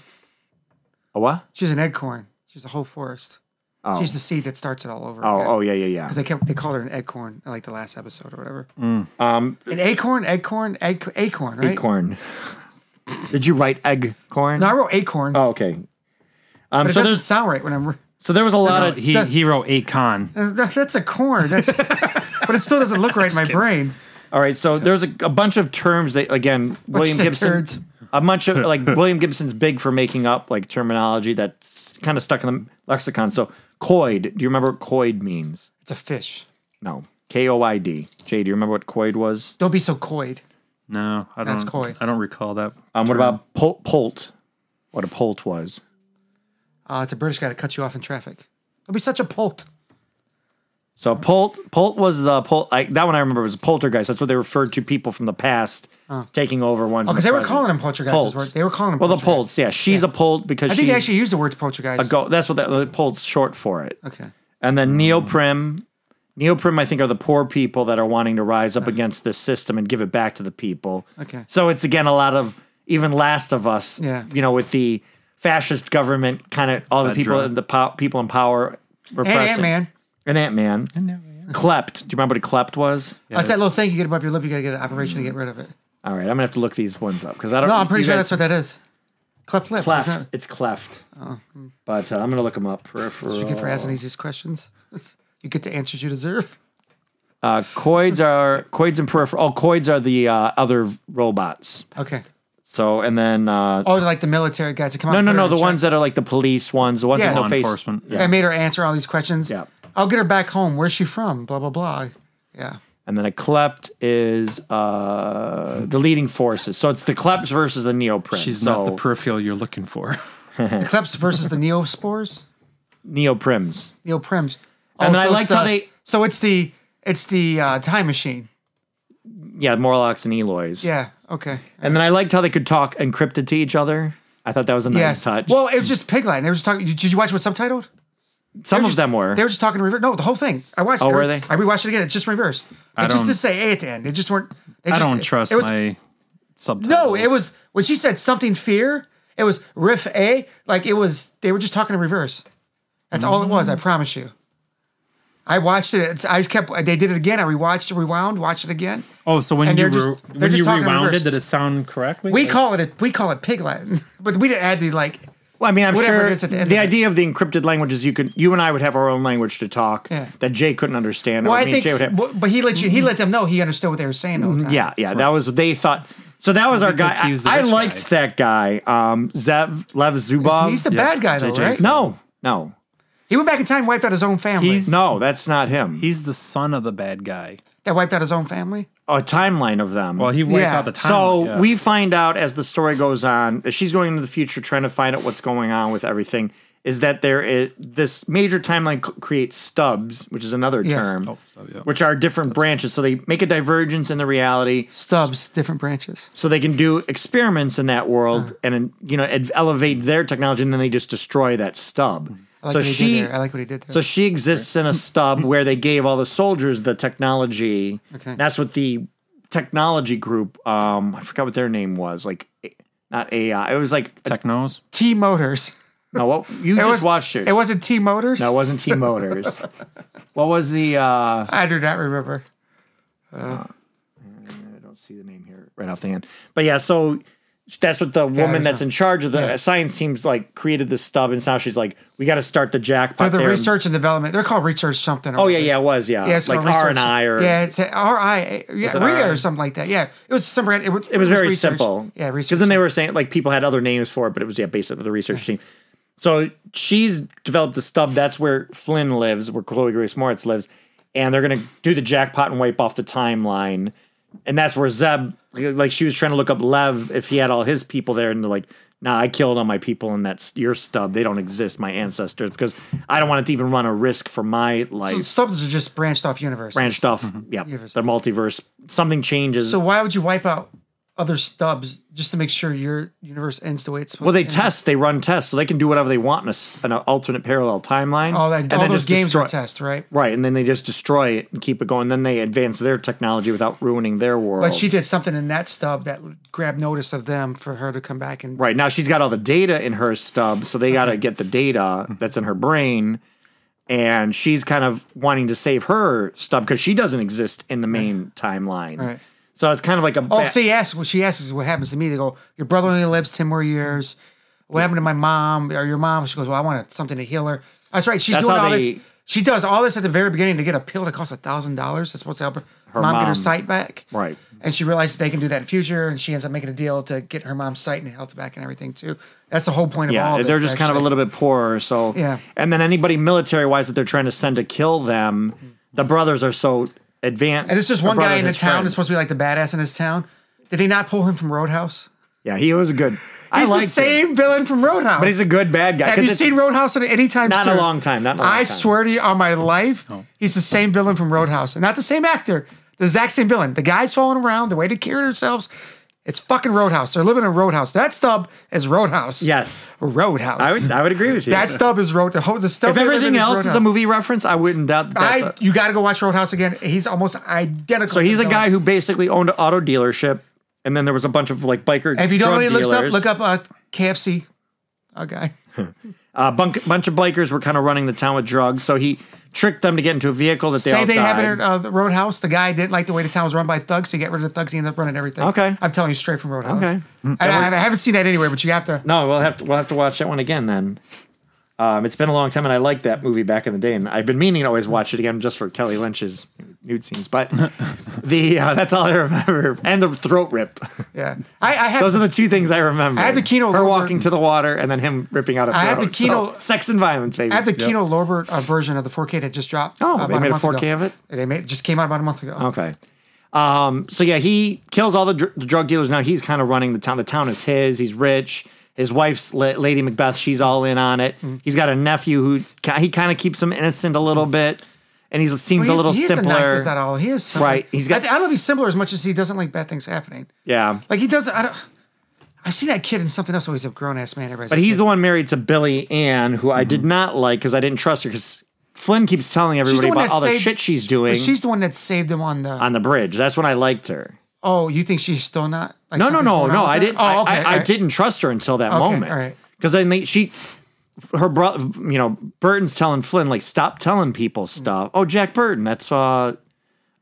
Speaker 3: A what?
Speaker 4: She's an eggcorn. She's the whole forest. She's the seed that starts it all over.
Speaker 3: Oh, oh yeah, yeah, yeah.
Speaker 4: Because they kept they called her an eggcorn, like the last episode or whatever.
Speaker 5: Mm.
Speaker 4: an acorn, eggcorn, egg, acorn, right?
Speaker 3: Um, Acorn. Did you write egg corn?
Speaker 4: No, I wrote acorn,
Speaker 3: Oh, okay. Um,
Speaker 4: but it
Speaker 3: so
Speaker 4: doesn't
Speaker 3: there's
Speaker 4: sound right when I'm. re-
Speaker 3: so there was a lot
Speaker 5: But
Speaker 3: of
Speaker 5: he, he wrote Akon.
Speaker 4: That- That's a corn. That's, but it still doesn't look right in my brain.
Speaker 3: All right, so there's a, a bunch of terms that again William
Speaker 4: of
Speaker 3: Gibson
Speaker 4: turds.
Speaker 3: a bunch of like William Gibson's big for making up like terminology that's kind of stuck in the lexicon. So coid, do you remember what coid means?
Speaker 4: It's a fish.
Speaker 3: No. K O I D. Jay, do you remember what coid was?
Speaker 4: Don't be so coy.
Speaker 5: No, I don't.
Speaker 4: That's coy.
Speaker 5: I don't recall that.
Speaker 3: Um, what about pol- polt? What a polt was.
Speaker 4: Uh, it's a British guy to cut you off in traffic. Don't be such a polt.
Speaker 3: So polt polt was the polt I, that one I remember was poltergeist. That's what they referred to people from the past taking over once.
Speaker 4: Oh, because they were calling them poltergeists. weren't
Speaker 3: polts.
Speaker 4: They They were calling them.
Speaker 3: Well, the
Speaker 4: poltergeists.
Speaker 3: polts, yeah. She's a polt because
Speaker 4: I think
Speaker 3: she's
Speaker 4: they actually used the word poltergeist.
Speaker 3: a go. That's what that the polt's short for it.
Speaker 4: Okay.
Speaker 3: And then neoprim. Neoprim, I think, are the poor people that are wanting to rise up against this system and give it back to the people.
Speaker 4: Uh-huh. Okay.
Speaker 3: So it's again a lot of even Last of Us.
Speaker 4: Yeah.
Speaker 3: You know, with the fascist government, kind of all the people
Speaker 5: Fedra.
Speaker 3: in the po- people in power repressing.
Speaker 4: And Ant Man.
Speaker 3: And Ant Man. Klept. Do you remember what a klept was?
Speaker 4: that's that little thing you get above your lip. You got to get an operation to get rid of it.
Speaker 3: All right, I'm gonna have to look these ones up because I don't.
Speaker 4: No, I'm pretty
Speaker 3: you
Speaker 4: sure
Speaker 3: guys-
Speaker 4: that's what Oh, that is. Cleft lip.
Speaker 3: Cleft.
Speaker 4: Isn't it?
Speaker 3: It's cleft.
Speaker 4: hmm.
Speaker 3: But uh, I'm gonna look them up. Peripheral.
Speaker 4: You get for asking these questions. You get the answers you deserve.
Speaker 3: Uh, coids are coids and peripheral. Oh, coids are the uh, other robots.
Speaker 4: Okay.
Speaker 3: So and then uh,
Speaker 4: Oh, they're like the military guys that come out.
Speaker 3: no
Speaker 4: Oh, and
Speaker 3: no
Speaker 4: put her
Speaker 3: no
Speaker 4: in
Speaker 3: the
Speaker 4: check.
Speaker 3: ones that are like the police ones the ones
Speaker 4: Yeah.
Speaker 3: that
Speaker 4: Law
Speaker 3: don't face
Speaker 5: enforcement.
Speaker 3: Yeah.
Speaker 4: I made her answer all these questions.
Speaker 3: Yeah.
Speaker 4: I'll get her back home. Where's she from? Blah blah blah. Yeah.
Speaker 3: And then a clept is uh, the leading forces. So it's the clepts versus the neoprene.
Speaker 5: She's
Speaker 3: so
Speaker 5: not the peripheral you're looking for.
Speaker 4: The Kleps versus the Neospores.
Speaker 3: neoprims.
Speaker 4: Neoprims.
Speaker 3: And I
Speaker 4: it's
Speaker 3: liked how
Speaker 4: the-
Speaker 3: they-
Speaker 4: So it's the it's the uh, time machine.
Speaker 3: Yeah, Morlocks and Eloys.
Speaker 4: Yeah. Okay.
Speaker 3: And then I liked how they could talk encrypted to each other. I thought that was a nice
Speaker 4: Yes.
Speaker 3: touch.
Speaker 4: Well, it was just pig Latin. They were just talking. you- Did you watch what subtitled?
Speaker 3: some
Speaker 4: They
Speaker 3: of
Speaker 4: just-
Speaker 3: them were.
Speaker 4: They were just talking in reverse. No, the whole thing. I watched.
Speaker 3: Oh,
Speaker 4: it.
Speaker 3: were they?
Speaker 4: I rewatched it again. It's just reversed. It just
Speaker 5: don't-
Speaker 4: to say a at the end. It just weren't. They
Speaker 5: I
Speaker 4: just,
Speaker 5: don't trust
Speaker 4: it was,
Speaker 5: my subtitles.
Speaker 4: No, it was when she said something fear. It was riff a like it was. They were just talking in reverse. That's all it was. I promise you. I watched it. It's- I kept. They did it again. I rewatched it, rewound, watched it again.
Speaker 5: Oh, so when
Speaker 4: And
Speaker 5: you
Speaker 4: they're just-
Speaker 5: re-
Speaker 4: they're
Speaker 5: when
Speaker 4: just
Speaker 5: you
Speaker 4: talking in
Speaker 5: rewound
Speaker 4: reverse.
Speaker 5: it, did it sound correctly?
Speaker 4: We
Speaker 5: Like-
Speaker 4: call it a, we call it pig Latin, but we didn't add the like.
Speaker 3: Well, I mean, I'm
Speaker 4: Whatever
Speaker 3: sure
Speaker 4: it is at the
Speaker 3: the,
Speaker 4: end of it.
Speaker 3: idea of the encrypted languages, you could, you and I would have our own language to talk
Speaker 4: Yeah.
Speaker 3: that Jay couldn't understand.
Speaker 4: Well,
Speaker 3: or me
Speaker 4: I
Speaker 3: and
Speaker 4: think,
Speaker 3: Jay would have, Mm,
Speaker 4: well, but he let you. He let them know he understood what they were saying the whole time.
Speaker 3: yeah, yeah, that was what they thought. So that was our
Speaker 5: Because
Speaker 3: guy.
Speaker 5: he was the
Speaker 3: I, I
Speaker 5: rich
Speaker 3: liked that guy, um, Zev Lev
Speaker 4: He's-
Speaker 3: Zubov.
Speaker 4: he's the
Speaker 5: Yeah,
Speaker 4: bad guy though,
Speaker 5: JJ.
Speaker 4: right?
Speaker 3: no, no,
Speaker 4: He went back in time, and wiped out his own family.
Speaker 5: He's-
Speaker 3: no. That's not him.
Speaker 5: He's the son of the bad guy.
Speaker 4: that wiped out his own family.
Speaker 3: a timeline of them.
Speaker 5: Well, he wiped
Speaker 4: Yeah.
Speaker 5: out the time.
Speaker 3: So
Speaker 5: yeah.
Speaker 3: we find out as the story goes on, as she's going into the future trying to find out what's going on with everything, is that there is this major timeline c- creates stubs, which is another
Speaker 4: Yeah.
Speaker 3: term,
Speaker 5: Oh, stub, yeah.
Speaker 3: which are different branches. So they make a divergence in the reality
Speaker 4: Stubs, different branches.
Speaker 3: so they can do experiments in that world and, you know, ed- elevate their technology and then they just destroy that stub.
Speaker 4: I like
Speaker 3: so
Speaker 4: what he
Speaker 3: she.
Speaker 4: did there. I like what he did there.
Speaker 3: So she exists in a stub where they gave all the soldiers the technology.
Speaker 4: Okay.
Speaker 3: That's what the technology group, um, I forgot what their name was, like a- not AI. It was like
Speaker 5: Technos.
Speaker 4: T Motors.
Speaker 3: no, what you just watched it.
Speaker 4: It wasn't T Motors.
Speaker 3: no, it wasn't T Motors. what was the uh I
Speaker 4: I do not remember.
Speaker 3: don't see the name here right off the hand. But yeah, so that's what the woman
Speaker 4: there's
Speaker 3: that's in charge of the science team's like created this stub and now she's like, We gotta start the
Speaker 4: For
Speaker 3: jackpot.
Speaker 4: the
Speaker 3: there."
Speaker 4: research and development, they're called research something.
Speaker 3: Oh yeah, yeah, it was, yeah.
Speaker 4: Yeah, it's
Speaker 3: like
Speaker 4: called research-
Speaker 3: R and I or
Speaker 4: yeah, it's a RI, yeah,
Speaker 3: it
Speaker 4: RIA
Speaker 3: RI?
Speaker 4: or something like that. Yeah, it was some brand. It was,
Speaker 3: it was very
Speaker 4: research.
Speaker 3: simple.
Speaker 4: Yeah, research.
Speaker 3: Because then they were saying like people had other names for it, but it was yeah, basically the research team. So she's developed the stub. That's where Flynn lives, where Chloe Grace Moritz lives, and they're gonna do the jackpot and wipe off the timeline. And that's where Zeb, like she was trying to look up Lev if he had all his people there, and they're like, "Nah, I killed all my people in that s- your stub. They don't exist, my ancestors, because I don't want it to even run a risk for my life."
Speaker 4: Stubs are just branched off Hmm. Mm-hmm. universe.
Speaker 3: Branched off, yeah, the multiverse. Something changes.
Speaker 4: So why would you wipe out other stubs just to make sure your universe ends the way it's supposed
Speaker 3: Well, they
Speaker 4: to end.
Speaker 3: test, they run tests, so they can do whatever they want in a s an alternate parallel timeline.
Speaker 4: all that
Speaker 3: and
Speaker 4: all
Speaker 3: then
Speaker 4: those
Speaker 3: just
Speaker 4: games are
Speaker 3: destroy- Oh.
Speaker 4: test, right?
Speaker 3: Right, and then they just destroy it and keep it going. Then they advance their technology without ruining their world.
Speaker 4: But she did something in that stub that grabbed notice of them for her to come back and
Speaker 3: right now she's got all the data in her stub, so they got to get the data that's in her brain, and she's kind of wanting to save her stub because she doesn't exist in the main timeline.
Speaker 4: Right.
Speaker 3: So it's kind of like a
Speaker 4: Oh,
Speaker 3: ba-
Speaker 4: so he asks. Well, she asks what happens to me. They go, "Your brother only lives ten more years. What happened to my mom or your mom?" She goes, "Well, I wanted something to heal her." That's right. She's
Speaker 3: That's
Speaker 4: doing
Speaker 3: how
Speaker 4: all
Speaker 3: they-
Speaker 4: this. She does all this at the very beginning to get a pill that costs a thousand dollars. That's supposed to help her, mom, get her
Speaker 3: mom.
Speaker 4: sight back.
Speaker 3: Right.
Speaker 4: And she realizes they can do that in future, and she ends up making a deal to get her mom's sight and health back and everything too. That's the whole point of all.
Speaker 3: Yeah,
Speaker 4: this,
Speaker 3: they're just kind of a
Speaker 4: actually.
Speaker 3: little bit poorer. So
Speaker 4: Yeah.
Speaker 3: and then anybody military wise that they're trying to send to kill them, the brothers are so advanced.
Speaker 4: And it's just
Speaker 3: her
Speaker 4: one
Speaker 3: brother
Speaker 4: guy in the
Speaker 3: his
Speaker 4: town
Speaker 3: friends.
Speaker 4: that's supposed to be like the badass in his town. Did they not pull him from Roadhouse?
Speaker 3: yeah, he was a good. I
Speaker 4: He's
Speaker 3: like
Speaker 4: the same villain from Roadhouse.
Speaker 3: but he's a good bad guy.
Speaker 4: Have
Speaker 3: 'cause
Speaker 4: you
Speaker 3: it's-
Speaker 4: seen Roadhouse at any time?
Speaker 3: Not in a
Speaker 4: soon?
Speaker 3: long time, not in a long
Speaker 4: I
Speaker 3: time.
Speaker 4: swear to you, on my life, he's the same villain from Roadhouse, and not the same actor. The exact same villain. The guys following around, the way they carry themselves. It's fucking Roadhouse. They're living in Roadhouse. That stub is Roadhouse.
Speaker 3: Yes,
Speaker 4: Roadhouse.
Speaker 3: I would. I would agree with you.
Speaker 4: that stub is Road. The, whole- the stub.
Speaker 3: if
Speaker 4: they live
Speaker 3: everything
Speaker 4: in
Speaker 3: else is a
Speaker 4: Roadhouse.
Speaker 3: movie reference, I wouldn't doubt that.
Speaker 4: I,
Speaker 3: That's a,
Speaker 4: you got to go watch Roadhouse again. He's almost identical.
Speaker 3: so he's a guy who basically owned an auto dealership, and then there was a bunch of like biker.
Speaker 4: If you don't know
Speaker 3: drug
Speaker 4: what he looks up,
Speaker 3: dealers.
Speaker 4: look up uh, KFC. A guy.
Speaker 3: A Uh, bunk, bunch of bikers were kind of running the town with drugs, so he tricked them to get into a vehicle that they all
Speaker 4: Same thing
Speaker 3: died.
Speaker 4: happened at uh, the Roadhouse. The guy didn't like the way the town was run by thugs. So he got rid of the thugs. He ended up running everything.
Speaker 3: Okay.
Speaker 4: I'm telling you straight from Roadhouse.
Speaker 3: Okay. Mm.
Speaker 4: And I, I haven't seen that anywhere, but you have to.
Speaker 3: No, we'll have to we'll have to watch that one again then. Um, it's been a long time, and I liked that movie back in the day, and I've been meaning to always watch it again just for Kelly Lynch's nude scenes. But the uh, that's all I remember, and the throat rip.
Speaker 4: Yeah. I, I have.
Speaker 3: Those are the two things I remember.
Speaker 4: I had the Kino
Speaker 3: her
Speaker 4: Lorber-
Speaker 3: walking to the water, and then him ripping out a throat.
Speaker 4: I had the Kino-
Speaker 3: So, sex and violence, baby.
Speaker 4: I have the Kino Lorber uh, version of the 4K that just dropped.
Speaker 3: Oh,
Speaker 4: uh,
Speaker 3: they
Speaker 4: about
Speaker 3: made a
Speaker 4: month
Speaker 3: 4K
Speaker 4: ago.
Speaker 3: of it?
Speaker 4: They made just came out about a month ago.
Speaker 3: Okay. Um, so yeah, he kills all the, dr- the drug dealers. Now he's kind of running the town. The town is his. He's rich. His wife's La- Lady Macbeth. She's all in on it.
Speaker 4: Mm-hmm.
Speaker 3: He's got a nephew who ki- he kind of keeps him innocent a little bit, and he seems a
Speaker 4: Well,
Speaker 3: little
Speaker 4: he's
Speaker 3: simpler.
Speaker 4: the nicest at all. He is simple.
Speaker 3: Right, he's got-
Speaker 4: I, I don't know if he's simpler as much as he doesn't like bad things happening.
Speaker 3: Yeah,
Speaker 4: Like he doesn't. I don't. I've seen that kid in something else. Oh, he's a grown ass man.
Speaker 3: but he's the one married to Billy Ann, who I
Speaker 4: Mm-hmm.
Speaker 3: did not like because I didn't trust her. Because Flynn keeps telling everybody about all the shit she's doing
Speaker 4: She's the one that saved him on the.
Speaker 3: on the bridge. That's when I liked her.
Speaker 4: oh, you think she's still not? Like
Speaker 3: No, no,
Speaker 4: something's
Speaker 3: no,
Speaker 4: going on
Speaker 3: no.
Speaker 4: with
Speaker 3: I
Speaker 4: her?
Speaker 3: didn't.
Speaker 4: Oh, okay.
Speaker 3: I, I, I
Speaker 4: alright.
Speaker 3: didn't trust her until that moment.
Speaker 4: all right.
Speaker 3: Because then they, she, her brother, you know, Burton's telling Flynn like, stop telling
Speaker 4: Mm.
Speaker 3: people stuff. Oh, Jack Burton. That's uh,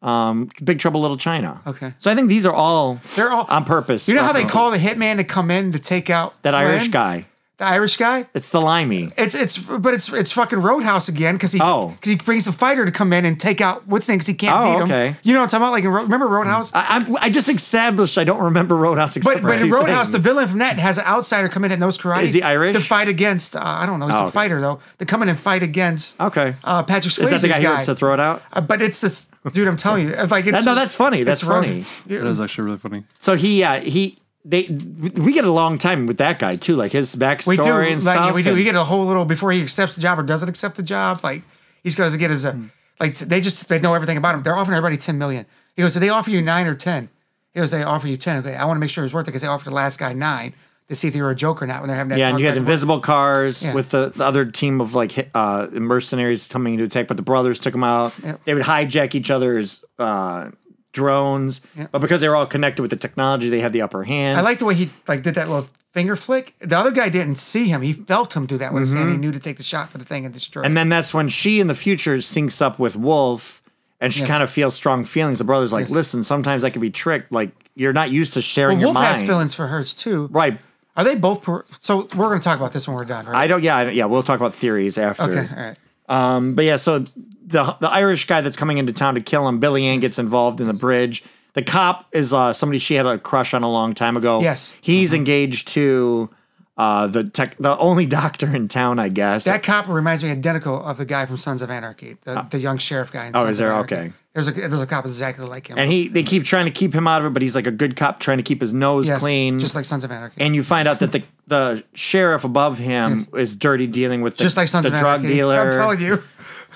Speaker 3: um, Big Trouble Little China.
Speaker 4: Okay.
Speaker 3: So I think these are all
Speaker 4: They're all
Speaker 3: on purpose.
Speaker 4: You know how they
Speaker 3: references.
Speaker 4: call the hitman to come in to take out
Speaker 3: that
Speaker 4: Flynn?
Speaker 3: Irish guy?
Speaker 4: The Irish guy.
Speaker 3: It's the limey.
Speaker 4: It's it's but it's it's fucking Roadhouse again because he
Speaker 3: Oh.
Speaker 4: because he brings the fighter to come in and take out what's name because he can't
Speaker 3: Oh,
Speaker 4: beat him.
Speaker 3: okay. Mm.
Speaker 4: You know what I'm talking about? Like in Ro- remember Roadhouse?
Speaker 3: I, I'm, I just established I don't remember Roadhouse except
Speaker 4: but
Speaker 3: for
Speaker 4: but in
Speaker 3: two
Speaker 4: Roadhouse,
Speaker 3: things.
Speaker 4: the villain from that has an outsider come in that knows karate.
Speaker 3: Is he Irish?
Speaker 4: To fight against uh, I don't know. He's
Speaker 3: Oh,
Speaker 4: a
Speaker 3: okay.
Speaker 4: fighter though. To come in and fight against
Speaker 3: Okay.
Speaker 4: uh, Patrick Swayze's
Speaker 3: Is that the guy,
Speaker 4: guy.
Speaker 3: who wants to throw it out?
Speaker 4: Uh, but it's this dude. I'm telling you, it's like it's,
Speaker 3: no, that's funny. That's
Speaker 4: Road-
Speaker 3: funny.
Speaker 5: That is actually really funny.
Speaker 3: So he, uh, he, they, we get a long time with that guy too, like his backstory
Speaker 4: We do.
Speaker 3: and
Speaker 4: like,
Speaker 3: stuff.
Speaker 4: yeah, we do.
Speaker 3: and-
Speaker 4: He get a whole little before he accepts the job or doesn't accept the job. Like he's got to get his. Uh,
Speaker 3: Hmm.
Speaker 4: Like they just they know everything about him. They're offering everybody ten million. He goes, "Did they offer you nine or ten? He goes, "They offer you ten. Okay, I want to make sure it's worth it because they offered the last guy nine to see if you were a joke or not when they're having that."
Speaker 3: Yeah, and
Speaker 4: talk
Speaker 3: you had
Speaker 4: back forth.
Speaker 3: invisible cars
Speaker 4: Yeah.
Speaker 3: with the, the other team of like hi- uh, mercenaries coming to attack, but the brothers took them out. They would hijack each other's uh, drones, but because they were all connected with the technology, they had the upper hand.
Speaker 4: I like the way he like did that little finger flick. The other guy didn't see him. He felt him do that with his hand. He knew to take the shot for the thing and destroy.
Speaker 3: Mm-hmm. and
Speaker 4: it.
Speaker 3: then that's when she in the future syncs up with Wolf, and she
Speaker 4: Yes.
Speaker 3: kind of feels strong feelings. The brothers like, listen, sometimes I can be tricked. Like you're not used to sharing
Speaker 4: Well,
Speaker 3: your
Speaker 4: Wolf
Speaker 3: mind,
Speaker 4: has feelings for hers too.
Speaker 3: right?
Speaker 4: Are they both? Per- so we're going to talk about this when we're done, right?
Speaker 3: I don't. Yeah, I don't- yeah. We'll talk about theories after.
Speaker 4: okay, all right.
Speaker 3: But yeah, so the the Irish guy that's coming into town to kill him, Billy Ann gets involved in the bridge. The cop is uh, somebody she had a crush on a long time ago.
Speaker 4: Yes. Mm-hmm.
Speaker 3: he's engaged to uh, the tech, the only doctor in town, I guess.
Speaker 4: That cop reminds me identical of the guy from Sons of Anarchy, the, the young sheriff guy. In
Speaker 3: Oh,
Speaker 4: Sons
Speaker 3: is
Speaker 4: of
Speaker 3: there?
Speaker 4: Anarchy.
Speaker 3: Okay.
Speaker 4: There's a there's a cop exactly like him.
Speaker 3: and he they keep trying to keep him out of it, but he's like a good cop trying to keep his nose
Speaker 4: Yes,
Speaker 3: clean.
Speaker 4: just like Sons of Anarchy.
Speaker 3: and you find out that the the sheriff above him is dirty dealing with the,
Speaker 4: just like Sons
Speaker 3: the
Speaker 4: of
Speaker 3: drug
Speaker 4: Anarchy.
Speaker 3: dealer.
Speaker 4: I'm telling you,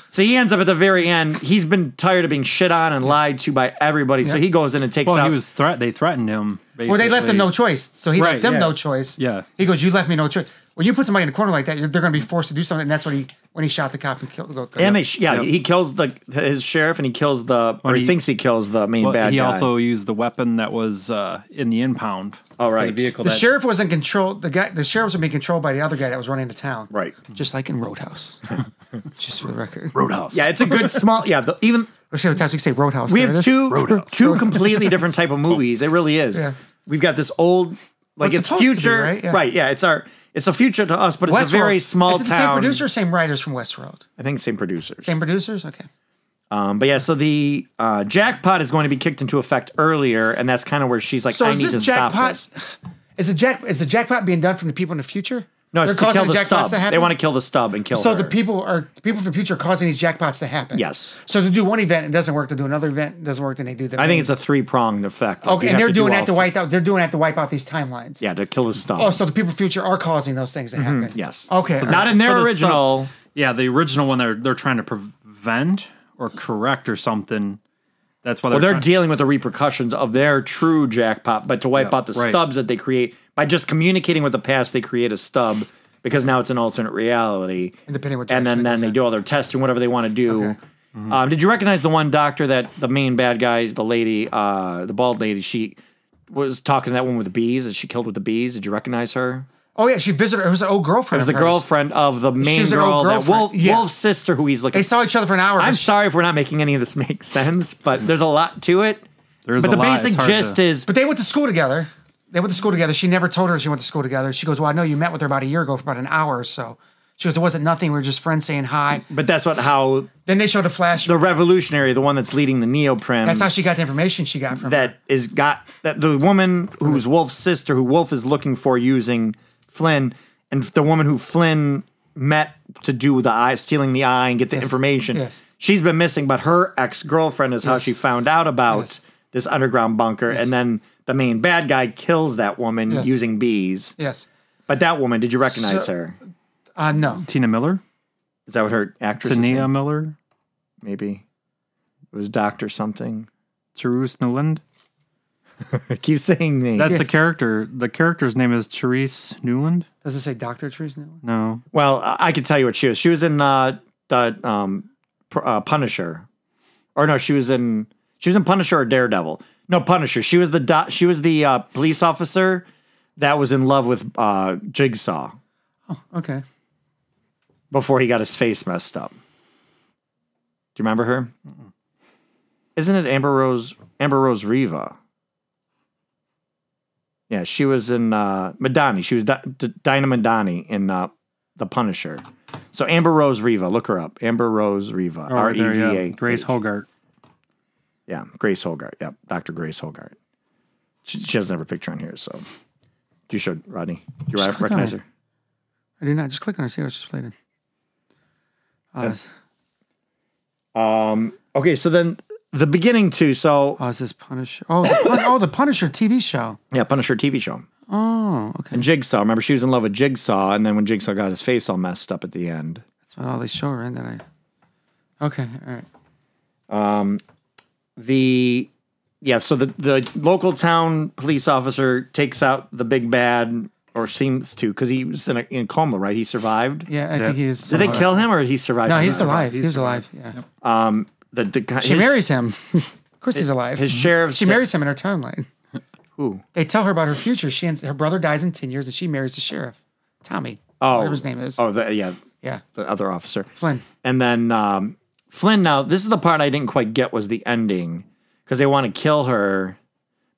Speaker 3: So he ends up at the very end. He's been tired of being shit on and lied to by everybody. So he goes in and takes
Speaker 5: Well,
Speaker 3: out.
Speaker 5: he was threat. They threatened him. Basically.
Speaker 4: Well, they left him no choice, so he
Speaker 5: Right,
Speaker 4: left them
Speaker 5: yeah.
Speaker 4: no choice.
Speaker 5: Yeah.
Speaker 4: He goes, "You left me no choice." When you put somebody in a corner like that, you're, they're going to be forced to do something, and that's when he when he shot the cop and killed. Go,
Speaker 3: and they, sh- yeah,
Speaker 5: Yep.
Speaker 3: he kills the his sheriff and he kills the or he,
Speaker 5: he-
Speaker 3: thinks he kills the main
Speaker 5: Well,
Speaker 3: bad
Speaker 5: he
Speaker 3: guy.
Speaker 5: also used the weapon that was uh, in the impound.
Speaker 3: Oh,
Speaker 5: for
Speaker 3: right.
Speaker 5: The vehicle.
Speaker 4: the
Speaker 5: that,
Speaker 4: sheriff wasn't controlled. The guy, the sheriff was being controlled by the other guy that was running the town.
Speaker 3: Right.
Speaker 4: Just like in Roadhouse. Just for the record.
Speaker 5: Roadhouse.
Speaker 3: yeah, it's a good small yeah. The, even
Speaker 4: Or sometimes we say Roadhouse.
Speaker 3: we
Speaker 4: there it
Speaker 3: have
Speaker 4: is.
Speaker 3: two two completely different type of movies. It really is.
Speaker 4: Yeah.
Speaker 3: We've got this old like
Speaker 4: Well, it's
Speaker 3: it's,
Speaker 4: supposed to be,
Speaker 3: future
Speaker 4: right? Yeah.
Speaker 3: Yeah, it's our it's a future to us, but it's
Speaker 4: Westworld.
Speaker 3: a very small
Speaker 4: Is it the
Speaker 3: town.
Speaker 4: Same producer, same writers from Westworld.
Speaker 3: I think same producers.
Speaker 4: Same producers. Okay.
Speaker 3: Um, but yeah, so the uh, jackpot is going to be kicked into effect earlier, and that's kind of where she's like,
Speaker 4: So
Speaker 3: "I
Speaker 4: is
Speaker 3: need to
Speaker 4: this
Speaker 3: stop
Speaker 4: jackpot?
Speaker 3: this."
Speaker 4: Is the jack is the jackpot being done from the people in the future?
Speaker 3: No, it's
Speaker 4: They're
Speaker 3: to
Speaker 4: causing
Speaker 3: kill the
Speaker 4: jackpots
Speaker 3: stub. They
Speaker 4: happen?
Speaker 3: want to kill the stub and kill
Speaker 4: So
Speaker 3: her.
Speaker 4: the people are the people from the future are causing these jackpots to happen.
Speaker 3: Yes.
Speaker 4: So to do one event, it doesn't work. To do another event, it doesn't work. Then they do the.
Speaker 3: I think it's a three pronged effect.
Speaker 4: okay,
Speaker 3: You
Speaker 4: and
Speaker 3: have
Speaker 4: they're
Speaker 3: do
Speaker 4: doing
Speaker 3: all
Speaker 4: that to
Speaker 3: three-
Speaker 4: wipe out. They're doing that to wipe out these timelines.
Speaker 3: Yeah, to kill the stub.
Speaker 4: Oh, so the people from the future are causing those things to happen.
Speaker 3: yes.
Speaker 4: Okay.
Speaker 3: But not in
Speaker 5: For
Speaker 3: their
Speaker 5: the
Speaker 3: original.
Speaker 5: stuff- yeah, the original one they're they're trying to prevent or correct or something. That's why they're,
Speaker 3: Well, they're
Speaker 5: trying-
Speaker 3: dealing with the repercussions of their true jackpot, but to wipe
Speaker 5: Yeah,
Speaker 3: out the
Speaker 5: right.
Speaker 3: stubs that they create by just communicating with the past, they create a stub because now it's an alternate reality.
Speaker 4: And depending what
Speaker 3: and then
Speaker 4: direction it
Speaker 3: then
Speaker 4: goes
Speaker 3: they
Speaker 4: in.
Speaker 3: do all their testing, whatever they want to do.
Speaker 4: Okay.
Speaker 3: Um, did you recognize the one doctor that the main bad guy, the lady, uh, the bald lady? She was talking to that one with the bees that she killed with the bees. Did you recognize her?
Speaker 4: Oh yeah, she visited. It was an old girlfriend.
Speaker 3: It was
Speaker 4: of
Speaker 3: the
Speaker 4: hers.
Speaker 3: girlfriend of the main
Speaker 4: was an
Speaker 3: girl,
Speaker 4: old
Speaker 3: that
Speaker 4: girlfriend,
Speaker 3: Wolf,
Speaker 4: yeah.
Speaker 3: Wolf's sister, who he's looking.
Speaker 4: They saw each other for an hour.
Speaker 3: I'm
Speaker 4: but she-
Speaker 3: sorry if we're not making any of this make sense, but there's a lot to it.
Speaker 5: There is
Speaker 3: but
Speaker 5: a
Speaker 3: the
Speaker 5: lot. It's
Speaker 3: basic
Speaker 5: hard
Speaker 3: gist
Speaker 5: to-
Speaker 3: is
Speaker 4: But they went to school together. They went to school together. She never told her she went to school together. She goes, "Well, I know you met with her about a year ago for about an hour or so." She goes, "It wasn't nothing. We were just friends saying hi."
Speaker 3: But that's what how
Speaker 4: Then they showed a flash.
Speaker 3: the revolutionary, the one that's leading the neoprem.
Speaker 4: That's how she got the information she got from
Speaker 3: that is got that the woman who's Wolf's sister, who Wolf is looking for using Flynn, and the woman who Flynn met to do the eye, stealing the eye and get the information.
Speaker 4: yes.
Speaker 3: She's been missing, but her ex girlfriend is how she found out about
Speaker 4: Yes.
Speaker 3: this underground bunker, and then the main bad guy kills that woman
Speaker 4: Yes.
Speaker 3: using bees.
Speaker 4: her. Yes.
Speaker 3: But that woman, did you recognize
Speaker 4: So-
Speaker 3: her?
Speaker 4: Uh, no.
Speaker 5: Tina Miller,
Speaker 3: Is that what her actress?
Speaker 5: Tania
Speaker 3: name?
Speaker 5: Miller,
Speaker 3: Maybe it was Doctor something.
Speaker 5: Therese Newland.
Speaker 3: I keep saying names.
Speaker 5: That's the character. The character's name is Therese Newland.
Speaker 4: Does it say Doctor Trees now?
Speaker 5: No,
Speaker 3: Well, I- I could tell you what she was. She was in uh, the um, P- uh, Punisher, or no, she was in she was in Punisher or Daredevil. No, Punisher. She was the do- she was the uh, police officer that was in love with uh, Jigsaw
Speaker 4: Okay.
Speaker 3: before he got his face messed up. Do you remember her? Isn't it Amber Rose Amber Rose Riva? Yeah, she was in uh, Madani. She was Di- D- Dinah Madani in uh, The Punisher. So Amber Rose Riva, look her up. Amber Rose Riva,
Speaker 5: Oh,
Speaker 3: R
Speaker 5: right
Speaker 3: E V
Speaker 5: there, yeah.
Speaker 3: A.
Speaker 5: Grace Hogart.
Speaker 3: Yeah, Grace Holgart. Yep, Dr. Grace Holgart. She, she doesn't have her picture on here, so. You should, Rodney. Do you
Speaker 4: Just click on
Speaker 3: recognize
Speaker 4: it.
Speaker 3: her?
Speaker 4: I do not. Just click on it. See what it's displayed in. Oh, is,
Speaker 3: Okay, so then the beginning too. So
Speaker 4: oh, is this Punisher? Oh, the Pun- oh, the Punisher TV show.
Speaker 3: yeah, Punisher TV show.
Speaker 4: Oh, okay.
Speaker 3: And Jigsaw. Remember, she was in love with Jigsaw, and then when Jigsaw got his face all messed up at the end.
Speaker 4: That's what all they show her in. That I. Okay. All right.
Speaker 3: The yeah, so the the local town police officer takes out the big bad, or seems to, because he was in a in coma, right? He survived.
Speaker 4: Yeah, I think he is.
Speaker 3: Did they kill him, or he survived?
Speaker 4: No, he's alive.
Speaker 5: He's
Speaker 4: He's, alive. Yeah.
Speaker 3: The, the guy-
Speaker 4: She
Speaker 3: his-
Speaker 4: marries him. of course, he's alive.
Speaker 3: his sheriff's
Speaker 4: She
Speaker 3: de-
Speaker 4: marries him in her timeline.
Speaker 3: Who?
Speaker 4: They tell her about her future. She and her brother dies in ten years, and she marries the sheriff, Tommy.
Speaker 3: Oh,
Speaker 4: whatever his name is.
Speaker 3: Oh, the, yeah,
Speaker 4: Yeah,
Speaker 3: the other officer.
Speaker 4: Flynn.
Speaker 3: And then um, Flynn. Now, this is the part I didn't quite get was the ending because they want to kill her,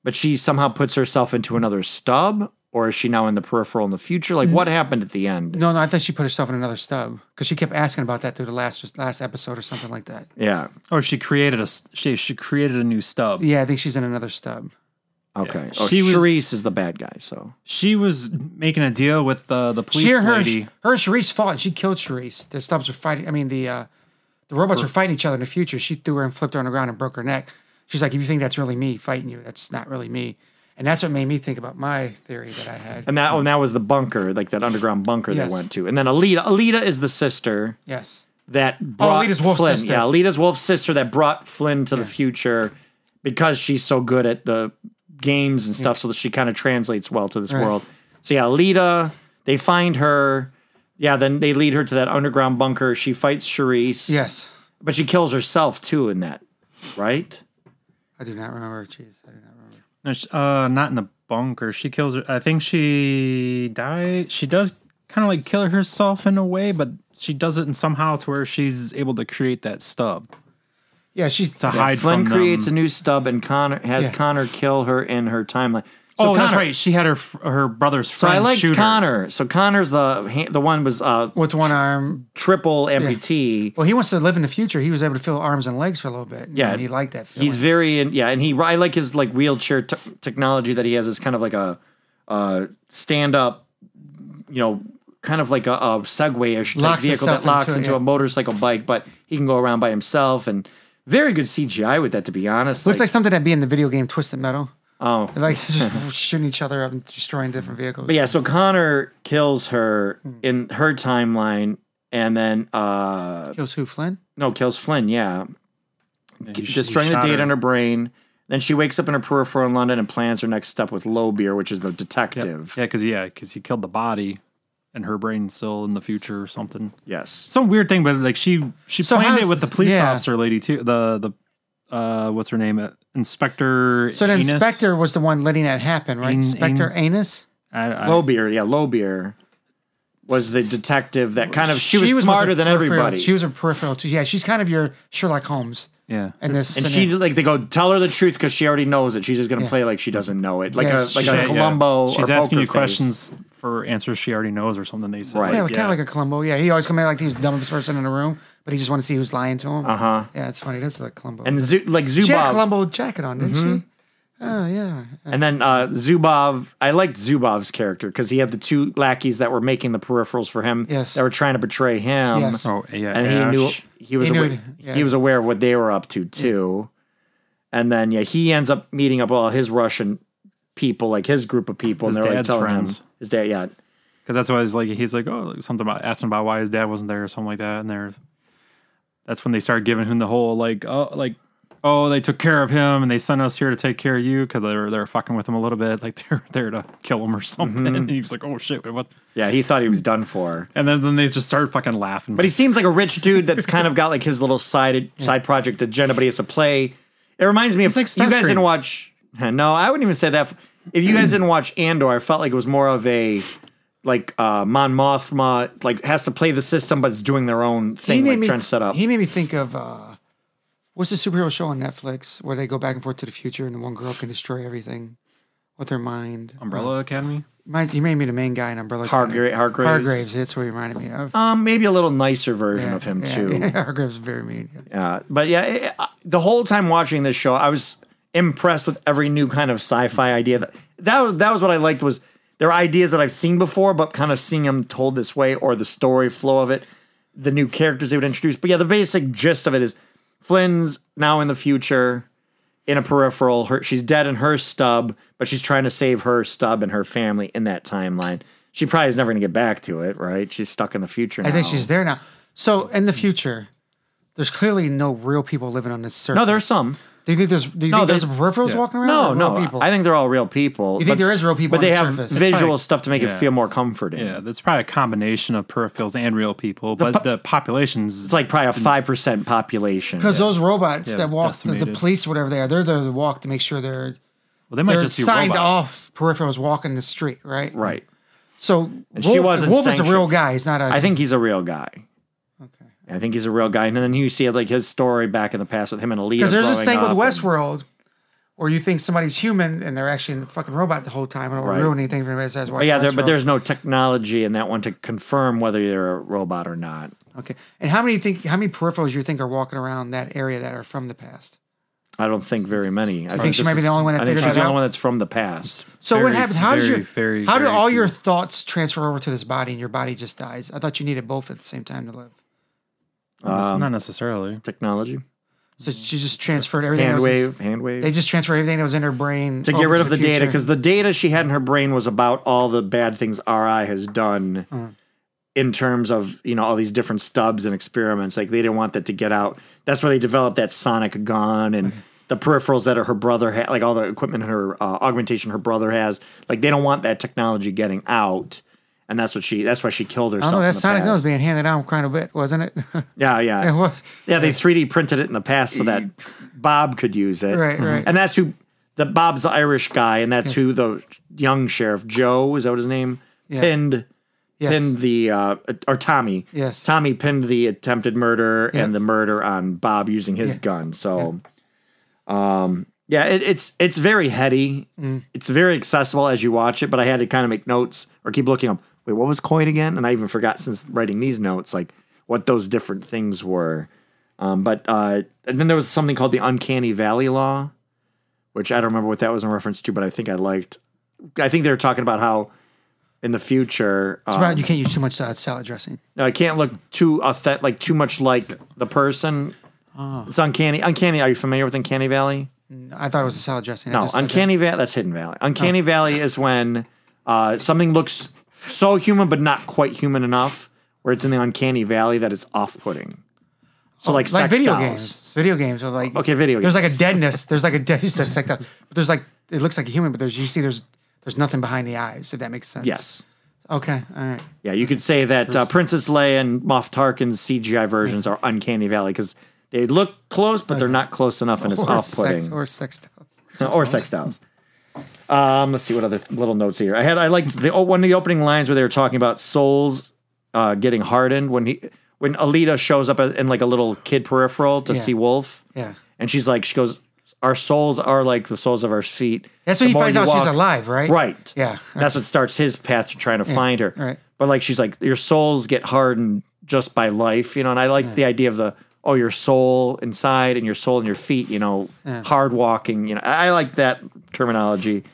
Speaker 3: but she somehow puts herself into another stub, or is she now in the peripheral in the future? Like, what happened at the end?
Speaker 4: No, no, I think she put herself in another stub because she kept asking about that through the last last episode or something like that.
Speaker 3: Yeah.
Speaker 5: Or Oh, she created a s- she she created a new stub.
Speaker 4: Yeah, I think she's in another stub.
Speaker 3: Okay. Yeah.
Speaker 5: She was-
Speaker 3: Charisse is the bad guy, so
Speaker 5: She was making a deal with the the police
Speaker 4: She her
Speaker 5: lady.
Speaker 4: her and Charisse fought. and She killed Charisse. The stubs were fighting. I mean the uh, the robots were fighting each other in the future. She threw her and flipped her on the ground and broke her neck. She's like, if you think that's really me fighting you, that's not really me. And that's what made me think about my theory that I had.
Speaker 3: and that one that was the bunker, like that underground bunker
Speaker 4: Yes.
Speaker 3: they went to, and then Alita. Alita is the sister,
Speaker 4: Yes.
Speaker 5: Oh,
Speaker 3: that brought
Speaker 4: Lita's Wolf's
Speaker 3: Flynn.
Speaker 4: sister.
Speaker 3: Yeah, Lita's Wolf's sister that brought Flynn to the future because she's so good at the games and stuff, so that she kind of translates well to this
Speaker 4: Right.
Speaker 3: world. So yeah, Lita, they find her. Yeah, then they lead her to that underground bunker. She fights Charisse.
Speaker 4: Yes.
Speaker 3: But she kills herself too in that, right?
Speaker 4: I do not remember. Jeez, I do not remember.
Speaker 5: No, sh- uh, not in the bunker. She kills her. I think she dies. She does kind of like kill herself in a way, but she does it in somehow to where she's able to create that stub
Speaker 4: Yeah, she.
Speaker 5: to hide
Speaker 3: Flynn
Speaker 5: from
Speaker 3: creates
Speaker 5: them.
Speaker 3: a new stub and Connor has
Speaker 4: Yeah.
Speaker 3: Connor kill her in her timeline. So
Speaker 5: oh,
Speaker 3: Connor,
Speaker 5: that's right. She had her f- her brother's
Speaker 3: So
Speaker 5: friend.
Speaker 3: I liked
Speaker 5: shoot her.
Speaker 3: Connor. So Connor's the ha- the one was uh,
Speaker 4: With one arm.
Speaker 3: triple amputee.
Speaker 4: Well, he wants to live in the future. He was able to feel arms and legs for a little bit.
Speaker 3: Yeah.
Speaker 4: And he liked that feeling.
Speaker 3: He's very in, yeah, and he I like his like wheelchair t- technology that he has is kind of like a uh, stand up, you know, kind of like a, a Segway ish
Speaker 4: Locks
Speaker 3: vehicle
Speaker 4: itself
Speaker 3: that locks
Speaker 4: into
Speaker 3: into,
Speaker 4: it, yeah.
Speaker 3: a motorcycle bike, but he can go around by himself and very good CGI with that. To be honest,
Speaker 4: Looks like, something that'd be in the video game Twisted Metal.
Speaker 3: oh
Speaker 4: They're Like just shooting each other up and destroying different vehicles.
Speaker 3: But yeah, so Connor kills her
Speaker 4: Hmm.
Speaker 3: in her timeline, and then uh
Speaker 4: Kills who? Flynn?
Speaker 3: no, kills Flynn. Yeah,
Speaker 5: He sh- he
Speaker 3: destroying the
Speaker 5: shot
Speaker 3: data
Speaker 5: her.
Speaker 3: in her brain. Then she wakes up in her peripheral in London and plans her next step with Lowbeer, which is the detective.
Speaker 5: Yeah, because yeah, because he killed the body, and her brain's still in the future or something.
Speaker 3: Yes,
Speaker 5: Some weird thing, but like she she
Speaker 4: So
Speaker 5: planned it
Speaker 4: how's-
Speaker 5: with the police
Speaker 4: yeah.
Speaker 5: officer lady too. The the uh, what's her name? Uh, Inspector.
Speaker 4: So the
Speaker 5: Enos?
Speaker 4: inspector was the one letting that happen, right?
Speaker 5: An-
Speaker 4: inspector Anus?
Speaker 5: I, I,
Speaker 3: Lowbeer. Yeah, Lowbeer was the detective that kind of she, was,
Speaker 4: with
Speaker 3: smarter
Speaker 4: the
Speaker 3: than
Speaker 4: peripheral-
Speaker 3: everybody.
Speaker 4: She was a peripheral too. Yeah, she's kind of your Sherlock Holmes.
Speaker 5: yeah.
Speaker 4: And this
Speaker 3: and she like they go tell her the truth because she already knows it. She's just gonna
Speaker 4: Yeah.
Speaker 3: play like she doesn't know it, like
Speaker 4: Yeah,
Speaker 3: a like
Speaker 4: she's-
Speaker 3: a
Speaker 5: Yeah,
Speaker 3: Columbo.
Speaker 5: yeah. She's
Speaker 3: or
Speaker 5: asking
Speaker 3: poker
Speaker 5: you
Speaker 3: face.
Speaker 5: questions for answers she already knows or something. They said,
Speaker 3: Right.
Speaker 4: Yeah,
Speaker 5: Like,
Speaker 4: kind of like a Columbo. Yeah, he always come in like he was the dumbest person in the room, but he just wanted to see who's lying to him. Uh huh. Yeah, it's funny. That's the Columbo.
Speaker 3: Uh-huh. And Zu- like
Speaker 4: she had a
Speaker 3: Zubov,
Speaker 4: Columbo jacket on, didn't she?
Speaker 3: Mm-hmm.
Speaker 4: Oh yeah.
Speaker 3: And then uh, Zubov, I liked Zubov's character because he had the two lackeys that were making the peripherals for him.
Speaker 4: Yes.
Speaker 3: that were trying to betray him.
Speaker 4: Yes.
Speaker 5: Oh, yeah,
Speaker 3: and he knew
Speaker 5: Ash.
Speaker 3: he was
Speaker 4: He knew
Speaker 3: aware,
Speaker 4: it, yeah.
Speaker 3: he was aware of what they were up to too. And then yeah, he ends up meeting up with all his Russian people, like his group of people,
Speaker 5: His
Speaker 3: and they're like
Speaker 5: dad's
Speaker 3: telling
Speaker 5: friends.
Speaker 3: him his dad. Yeah,
Speaker 5: because that's why he's like, he's like, oh, like, something about asking about why his dad wasn't there or something like that. And they're, that's when they started giving him the whole like, oh, like, oh, they took care of him and they sent us here to take care of you because they were they're fucking with him a little bit, like they're there to kill him or something.
Speaker 3: Mm-hmm.
Speaker 5: And he was like, oh shit, wait, what?
Speaker 3: yeah, he thought he was done for.
Speaker 5: And then, then they just started fucking laughing.
Speaker 3: But he seems like a rich dude that's kind of got like his little side side project agenda, but he has to play. It reminds me of
Speaker 5: like
Speaker 3: you guys
Speaker 5: Starscream.
Speaker 3: didn't watch. No, I wouldn't even say that. If you guys didn't watch Andor, I felt like it was more of a like uh Mon Mothma like has to play the system, but it's doing their own thing, like trying to set up.
Speaker 4: He made me think of uh, what's the superhero show on Netflix where they go back and forth to the future and the one girl can destroy everything with her mind.
Speaker 5: Umbrella Academy.
Speaker 4: Mind- you made me the main guy in Umbrella.
Speaker 3: Hargra- Hargraves.
Speaker 4: Hargraves. That's what he reminded me of.
Speaker 3: um, maybe a little nicer version of him
Speaker 4: Yeah,
Speaker 3: too.
Speaker 4: yeah, Hargraves is very mean. yeah.
Speaker 3: Uh, but yeah, it, I- the whole time watching this show, I was impressed with every new kind of sci-fi idea. That that was, that was what I liked was there are ideas that I've seen before, but kind of seeing them told this way or the story flow of it, the new characters they would introduce. But yeah, the basic gist of it is Flynn's now in the future in a peripheral. Her, she's dead in her stub, but she's trying to save her stub and her family in that timeline. She probably is never going to get back to it, right? She's stuck in the future. Now.
Speaker 4: I think she's there now. So in the future, there's clearly no real people living on this surface.
Speaker 3: no. There's some.
Speaker 4: Do you think there's do you
Speaker 3: No,
Speaker 4: think there's
Speaker 3: there's-
Speaker 4: peripherals
Speaker 5: yeah.
Speaker 4: walking around? or
Speaker 3: No,
Speaker 4: real
Speaker 3: no.
Speaker 4: People?
Speaker 3: I think they're all real people.
Speaker 4: You think there is real people
Speaker 3: but they
Speaker 4: on
Speaker 3: have
Speaker 4: the surface?
Speaker 3: visual stuff to make
Speaker 5: Yeah.
Speaker 3: it feel more comforting.
Speaker 5: Yeah, that's probably a combination of peripherals and real people, but
Speaker 3: po-
Speaker 5: the populations
Speaker 3: It's like
Speaker 4: Mm.
Speaker 3: probably a five percent population.
Speaker 4: because those robots
Speaker 5: Yeah,
Speaker 4: that
Speaker 5: it's
Speaker 4: walk the, the
Speaker 5: decimated.
Speaker 4: police, whatever they are, they're there to walk to make sure they're
Speaker 5: well, they might
Speaker 4: they're
Speaker 5: just be
Speaker 4: signed
Speaker 5: robots.
Speaker 4: off peripherals walking the street, right?
Speaker 3: right.
Speaker 4: So
Speaker 3: she
Speaker 4: Wolf,
Speaker 3: wasn't
Speaker 4: Wolf is a real
Speaker 3: sanctioned.
Speaker 4: guy. He's not a.
Speaker 3: I think he's a real guy.
Speaker 4: Okay.
Speaker 3: I think he's a real guy, and then you see like his story back in the past with him and Alita.
Speaker 4: because there's this
Speaker 3: blowing
Speaker 4: thing
Speaker 3: up
Speaker 4: with
Speaker 3: and-
Speaker 4: Westworld. Where you think somebody's human and they're actually a fucking robot the whole time and it'll
Speaker 3: Right.
Speaker 4: ruin anything for anybody that's
Speaker 3: But
Speaker 4: watching.
Speaker 3: yeah, there, but
Speaker 4: Westworld.
Speaker 3: there's no technology in that one to confirm whether you're a robot or not.
Speaker 4: okay. And how many you think how many peripherals you think are walking around that area that are from the past?
Speaker 3: I don't think very many. I think
Speaker 4: she
Speaker 3: this
Speaker 4: might be the
Speaker 3: is-
Speaker 4: only one that
Speaker 3: I think
Speaker 4: figured
Speaker 3: she's the
Speaker 4: that out.
Speaker 3: only one that's from the past.
Speaker 4: So what
Speaker 5: Very,
Speaker 4: happens? How does
Speaker 5: very,
Speaker 4: your
Speaker 5: very,
Speaker 4: how do
Speaker 5: very
Speaker 4: all your
Speaker 5: few.
Speaker 4: thoughts transfer over to this body and your body just dies? I thought you needed both at the same time to live.
Speaker 3: Um,
Speaker 5: That's not necessarily.
Speaker 3: Technology,
Speaker 4: So she just transferred everything.
Speaker 3: hand
Speaker 4: that was in-
Speaker 3: wave, hand wave.
Speaker 4: They just transferred everything that was in her brain
Speaker 3: to get
Speaker 4: over
Speaker 3: rid of the, data
Speaker 4: Oh, future. Mm.
Speaker 3: because the data she had in her brain was about all the bad things RI has done in terms of you know all these different stubs and experiments. Like they didn't want that to get out. That's where they developed that sonic gun and
Speaker 4: Mm-hmm.
Speaker 3: the peripherals that are her brother had, like all the equipment her uh, augmentation her brother has. Like they don't want that technology getting out. And that's what she. That's why she killed herself.
Speaker 4: Oh,
Speaker 3: in
Speaker 4: that
Speaker 3: the
Speaker 4: Sonic
Speaker 3: past.
Speaker 4: gun was being handed down quite a bit, wasn't it?
Speaker 3: Yeah, yeah.
Speaker 4: It was.
Speaker 3: Yeah, they 3D printed it in the past so that Bob could use it.
Speaker 4: Right, right.
Speaker 3: And that's who the Bob's the Irish guy, and that's who the young sheriff Joe is that what his name
Speaker 4: Yeah.
Speaker 3: pinned
Speaker 4: yes.
Speaker 3: pinned the uh, or Tommy.
Speaker 4: Yes.
Speaker 3: Tommy pinned the attempted murder
Speaker 4: Yeah.
Speaker 3: and the murder on Bob using his
Speaker 4: Yeah.
Speaker 3: gun. So, um, yeah, it, it's it's very heady.
Speaker 4: Mm.
Speaker 3: It's very accessible as you watch it. But I had to kind of make notes or keep looking up. Wait, what was coin again? And I even forgot since writing these notes, like what those different things were. Um, but uh, and then there was something called the Uncanny Valley Law, which I don't remember what that was in reference to, but I think I liked. I think they were talking about how in the future,
Speaker 4: It's about you can't use too much uh, salad dressing.
Speaker 3: no, I can't look too authentic, like too much like the person.
Speaker 4: Ah.
Speaker 3: It's uncanny. Uncanny. Are you familiar with Uncanny Valley?
Speaker 4: I thought it was a Oh. salad dressing. I
Speaker 3: No,
Speaker 4: just said that.
Speaker 3: Uncanny Valley. That's Hidden Valley. Uncanny Valley is when uh, something looks so human but not quite human enough, where it's in the Uncanny Valley that it's off-putting. So like,
Speaker 4: Oh, like
Speaker 3: sex
Speaker 4: video
Speaker 3: dolls.
Speaker 4: games. Video games are like
Speaker 3: Okay, video
Speaker 4: There's like a deadness. There's like a dead. You said sex doll, but there's like it looks like a human, but there's you see there's there's nothing behind the eyes. If that makes sense.
Speaker 3: Yes.
Speaker 4: Okay. All right.
Speaker 3: Yeah, you could say that uh, Princess Leia and Moff Tarkin's CGI versions are Uncanny Valley because they look close, but they're not close enough, and it's
Speaker 4: or
Speaker 3: off-putting.
Speaker 4: sex or sex dolls.
Speaker 3: or sex dolls. Um, let's see what other th- little notes here. I had I liked the oh, one of the opening lines where they were talking about souls uh, getting hardened when he when Alita shows up in like a little kid peripheral to
Speaker 4: Yeah.
Speaker 3: see Wolf.
Speaker 4: Yeah.
Speaker 3: and she's like she goes, our souls are like the soles of our feet.
Speaker 4: That's
Speaker 3: The
Speaker 4: when he
Speaker 3: more
Speaker 4: finds
Speaker 3: you
Speaker 4: out she's
Speaker 3: walk-
Speaker 4: alive, right?
Speaker 3: Right.
Speaker 4: Yeah.
Speaker 3: And that's what starts his path to trying to find her.
Speaker 4: right.
Speaker 3: But like she's like, your souls get hardened just by life, you know. And I like the idea of the oh, your soul inside and your soul in your feet, you know, hard walking. You know, I I like that terminology.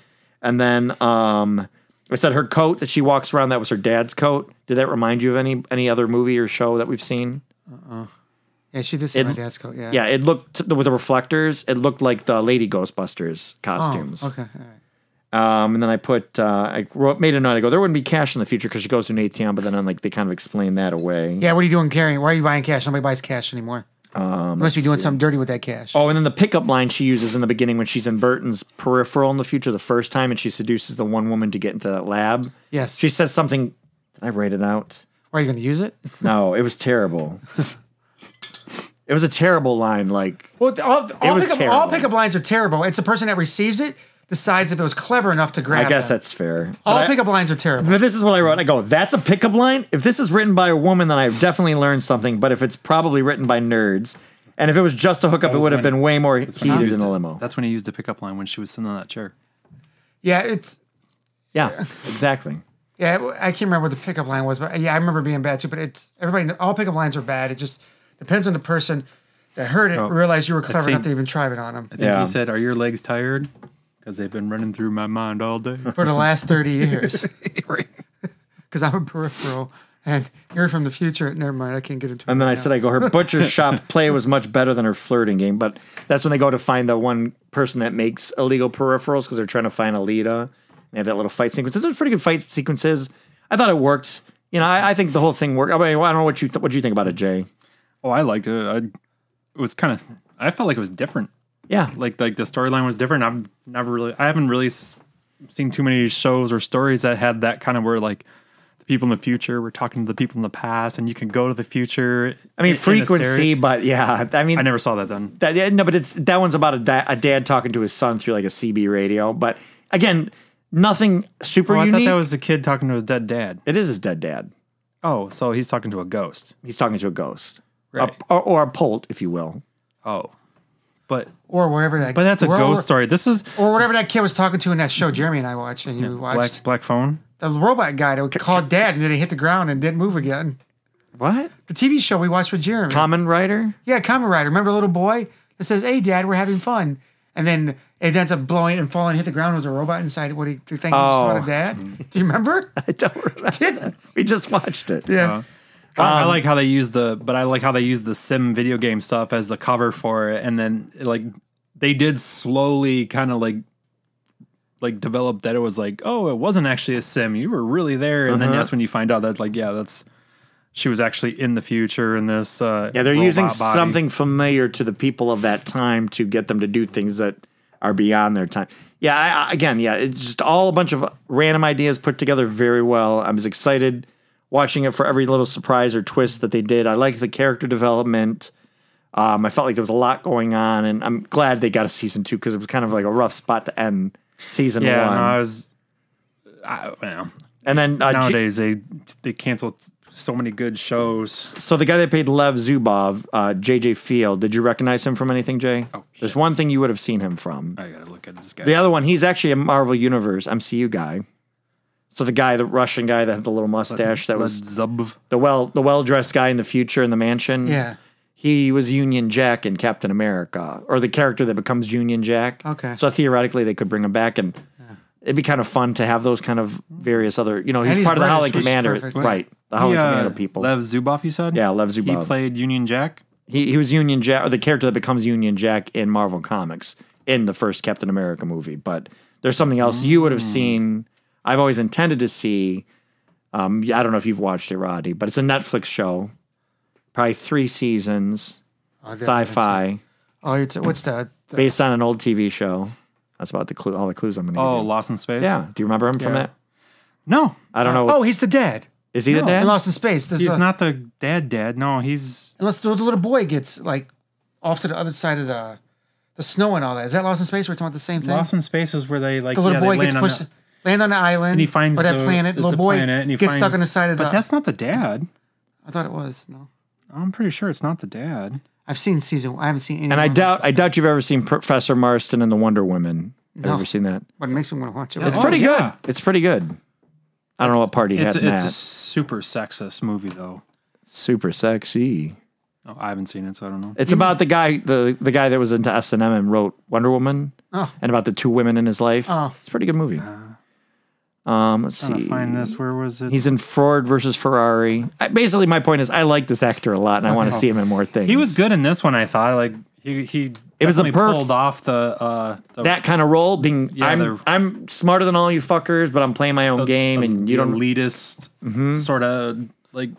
Speaker 3: And then um I said her coat that she walks around that was her dad's coat. Did that remind you of any any other movie or show that we've seen?
Speaker 4: Yeah. She did see my dad's coat. Yeah.
Speaker 3: Yeah, it looked with the reflectors. It looked like the Lady Ghostbusters
Speaker 4: Oh,
Speaker 3: costumes.
Speaker 4: okay. All right.
Speaker 3: Um, and then I put, uh, I wrote, made a note. I go, there wouldn't be cash in the future because she goes to an ATM, but then I'm like, they kind of explain that away.
Speaker 4: Yeah. What are you doing carrying? Why are you buying cash? Nobody buys cash anymore. Um, Unless you're doing something dirty with that cash.
Speaker 3: Oh, and then the pickup line she uses in the beginning when she's in Burton's peripheral in the future the first time and she seduces the one woman to get into that lab.
Speaker 4: Yes.
Speaker 3: She says something. Did I write it out?
Speaker 4: Why are you going to use it?
Speaker 3: No, it was terrible. it was a terrible line. Like,
Speaker 4: Well, all, all,
Speaker 3: was
Speaker 4: pickup, all
Speaker 3: terrible.
Speaker 4: pickup lines are terrible. It's the person that receives it decides if it was clever enough to grab.
Speaker 3: I guess
Speaker 4: them.
Speaker 3: that's fair.
Speaker 4: all
Speaker 3: But I-
Speaker 4: pickup lines are terrible.
Speaker 3: But this is what I wrote. I go, that's a pickup line. If this is written by a woman, then I've definitely learned something. But if it's probably written by nerds, and if it was just a hookup, it
Speaker 5: was
Speaker 3: would have
Speaker 5: when-
Speaker 3: been way more
Speaker 5: That's when he
Speaker 3: heated in
Speaker 5: used
Speaker 3: the
Speaker 5: it.
Speaker 3: limo.
Speaker 5: That's when he used the pickup line when she was sitting on that chair.
Speaker 4: Yeah, it's
Speaker 3: Yeah, exactly.
Speaker 4: yeah. I can't remember what the pickup line was, but uh, yeah, I remember being bad too. But it's everybody. kn- All pickup lines are bad. It just depends on the person that heard
Speaker 3: Oh,
Speaker 4: it. realized you were clever
Speaker 5: think-
Speaker 4: enough to even try it on them
Speaker 5: I think
Speaker 3: Yeah.
Speaker 5: he said, "Are your legs tired? Because they've been running through my mind all day."
Speaker 4: for the last thirty years. Because I'm a peripheral, and you're from the future. Never mind, I can't get into.
Speaker 3: And
Speaker 4: it
Speaker 3: then I
Speaker 4: now.
Speaker 3: said, I go, her butcher shop play was much better than her flirting game. But that's when they go to find the one person that makes illegal peripherals because they're trying to find Alita. They have that little fight sequences. There's pretty good fight sequences. I thought it worked. You know, I, I think the whole thing worked. I, mean, I don't know what you th- what you think about it, Jay.
Speaker 5: Oh, I liked it. I, it was kind of. I felt like it was different.
Speaker 3: Yeah,
Speaker 5: Like like the storyline was different. I've never really. I haven't really s- seen too many shows or stories that had that kind of where like the people in the future were talking to the people in the past, and you can go to the future.
Speaker 3: I mean
Speaker 5: in- in a series.
Speaker 3: frequency, but yeah, I mean,
Speaker 5: I never saw that done.
Speaker 3: That, yeah, no, but it's that one's about a, da- a dad talking to his son through like a CB radio. But again, nothing super
Speaker 5: Oh, I thought
Speaker 3: unique.
Speaker 5: that was the kid talking to his dead dad.
Speaker 3: it is his dead dad.
Speaker 5: Oh, so he's talking to a ghost.
Speaker 3: He's talking to a ghost, A-
Speaker 5: Right.
Speaker 3: or, or a pult, if you will.
Speaker 5: Oh, but
Speaker 4: or whatever that.
Speaker 5: but that's a
Speaker 4: or-
Speaker 5: ghost story. This is
Speaker 4: Or whatever that kid was talking to in that show Jeremy and I watched, and you watched
Speaker 5: black black phone.
Speaker 4: the robot guy that called dad and then he hit the ground and didn't move again.
Speaker 3: What
Speaker 4: The TV show we watched with Jeremy.
Speaker 3: common writer?
Speaker 4: yeah, Kamen Rider. Remember the little boy that says, "Hey, Dad, we're having fun," and then it ends up blowing and falling, hit the ground. It was a robot inside. What do you think? He
Speaker 3: Oh.
Speaker 4: shot at Dad. Do you
Speaker 5: Uh-huh.
Speaker 4: remember?
Speaker 3: I don't remember. that. We just watched it.
Speaker 4: Yeah.
Speaker 3: Um,
Speaker 5: I like how they use the, but I like how they use the sim video game stuff as the cover for it, and then like they did slowly kind of like like
Speaker 3: Uh-huh.
Speaker 5: develop that it was like, oh, it wasn't actually a sim. You were really there, and then that's when you find out that like, yeah, that's she was actually in the future in this. Uh,
Speaker 3: Yeah, they're
Speaker 5: robot
Speaker 3: using
Speaker 5: body.
Speaker 3: something familiar to the people of that time to get them to do things that are beyond their time. Yeah, I, I, again, yeah, it's just all a bunch of random ideas put together very well. I was excited watching it for every little surprise or twist that they did. I liked the character development. Um, I felt like there was a lot going on, and I'm glad they got a season two because it was kind of like a rough spot to end season
Speaker 5: Yeah,
Speaker 3: one.
Speaker 5: no, I was. I, you know,
Speaker 3: and then uh, G-
Speaker 5: nowadays they they cancel so many good shows.
Speaker 3: So the guy that played Lev Zubov, uh, JJ Field, did you recognize him from anything, Jay? Oh, There's one thing you would have seen him from.
Speaker 5: I gotta look at this guy.
Speaker 3: The other one, he's actually a Marvel Universe MCU guy. So the guy, the Russian guy that had the little mustache, that was
Speaker 5: Zub.
Speaker 3: the well, the well dressed guy in the future in the mansion.
Speaker 4: Yeah.
Speaker 3: he was Union Jack in Captain America, or the character that becomes Union Jack.
Speaker 4: Okay.
Speaker 3: so theoretically they could bring him back, and it'd be kind of fun to have those kind of various other, you know, he's,
Speaker 4: he's
Speaker 3: part of the
Speaker 4: British,
Speaker 3: Howling
Speaker 4: which is
Speaker 3: Commander,
Speaker 4: perfect. uh,
Speaker 3: right? The Howling Commander people.
Speaker 5: uh, Lev Zuboff, you said.
Speaker 3: Yeah, Lev
Speaker 5: He
Speaker 3: Zubov.
Speaker 5: played Union Jack.
Speaker 3: He he was Union Jack, or the character that becomes Union Jack in Marvel Comics in the first Captain America movie. But there's something else you would have seen. I've always intended to see. Um, I don't know if you've watched it, Roddy, but it's a Netflix show, probably three seasons, sci-fi,
Speaker 4: Oh, it's, what's the, the
Speaker 3: based on an old TV show. That's about the clue, all the clues I'm gonna
Speaker 5: Oh,
Speaker 3: give.
Speaker 5: Lost in Space.
Speaker 3: you. yeah. Do you remember him from
Speaker 5: Yeah.
Speaker 3: that?
Speaker 5: No,
Speaker 3: I don't know.
Speaker 4: Oh, he's the dad.
Speaker 3: is he the
Speaker 4: In
Speaker 3: dad?
Speaker 4: Lost in Space. There's
Speaker 5: he's
Speaker 4: a-
Speaker 5: not the dad. Dad. No, he's
Speaker 4: Unless the, the little boy gets like off to the other side of the the snow and all that. Is that Lost in Space? We're talking about the same thing.
Speaker 5: Lost in Space is where they like
Speaker 4: the little
Speaker 5: yeah,
Speaker 4: boy
Speaker 5: they
Speaker 4: gets
Speaker 5: land on
Speaker 4: pushed,
Speaker 5: the-
Speaker 4: land on the island,
Speaker 5: and he finds
Speaker 4: or that
Speaker 5: the-
Speaker 4: planet.
Speaker 5: it's
Speaker 4: Little
Speaker 5: a
Speaker 4: boy
Speaker 5: planet, and he
Speaker 4: gets stuck
Speaker 5: finds-
Speaker 4: on the side of
Speaker 5: But
Speaker 4: the.
Speaker 5: that's not the dad.
Speaker 4: I thought it was no.
Speaker 5: I'm pretty sure it's not the dad.
Speaker 4: I've seen season. I haven't seen any.
Speaker 3: And I
Speaker 4: more.
Speaker 3: doubt I doubt you've ever seen Professor Marston and the Wonder Women. Have you
Speaker 4: No.
Speaker 3: ever seen that?
Speaker 4: But it makes me want to watch it.
Speaker 3: It's
Speaker 5: Oh,
Speaker 3: pretty
Speaker 5: yeah.
Speaker 3: good. It's pretty good. I don't know what party
Speaker 5: It's
Speaker 3: had in
Speaker 5: it's a
Speaker 3: that.
Speaker 5: super sexist movie though.
Speaker 3: Super sexy.
Speaker 5: Oh, I haven't seen it, so I don't know.
Speaker 3: It's about the guy the the guy that was into S and M and wrote Wonder Woman,
Speaker 4: Oh.
Speaker 3: and about the two women in his life.
Speaker 4: Oh.
Speaker 3: It's a pretty good movie. um, let's
Speaker 5: I'm gonna
Speaker 3: see.
Speaker 5: Uh, find this. Where was it?
Speaker 3: He's in Ford versus Ferrari. I, basically, my point is, I like this actor a lot, and I want to see him in more things.
Speaker 5: Oh, he was good in this one. I thought like he he.
Speaker 3: It was the
Speaker 5: definitely
Speaker 3: perf-
Speaker 5: pulled off the uh the,
Speaker 3: that kind of role. Being,
Speaker 5: Yeah,
Speaker 3: I'm,
Speaker 5: they're-
Speaker 3: I'm smarter than all you fuckers, but I'm playing my own game, and you
Speaker 5: the
Speaker 3: don't. Mm-hmm.
Speaker 5: elitist sort of like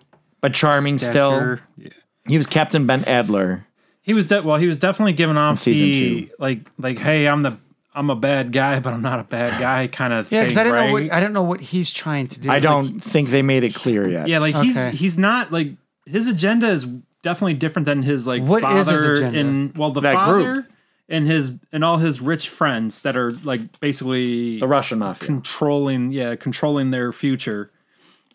Speaker 3: But charming
Speaker 5: stature.
Speaker 3: still.
Speaker 5: Yeah.
Speaker 3: He was Captain Ben Adler.
Speaker 5: He was de- well. He was definitely giving off
Speaker 3: season
Speaker 5: the like like hey I'm the I'm a bad guy but I'm not a bad guy kind of
Speaker 4: yeah,
Speaker 5: thing.
Speaker 4: because I don't know
Speaker 5: right?
Speaker 4: what I don't know what he's trying to do.
Speaker 3: I don't think they made it clear yet.
Speaker 5: Yeah, like he's
Speaker 4: Okay.
Speaker 5: he's not like his agenda is definitely different than his like
Speaker 4: What
Speaker 5: father
Speaker 4: is his agenda?
Speaker 5: and well the
Speaker 3: That
Speaker 5: father
Speaker 3: group.
Speaker 5: and his and all his rich friends that are like basically
Speaker 3: the Russian mafia.
Speaker 5: controlling yeah controlling their future.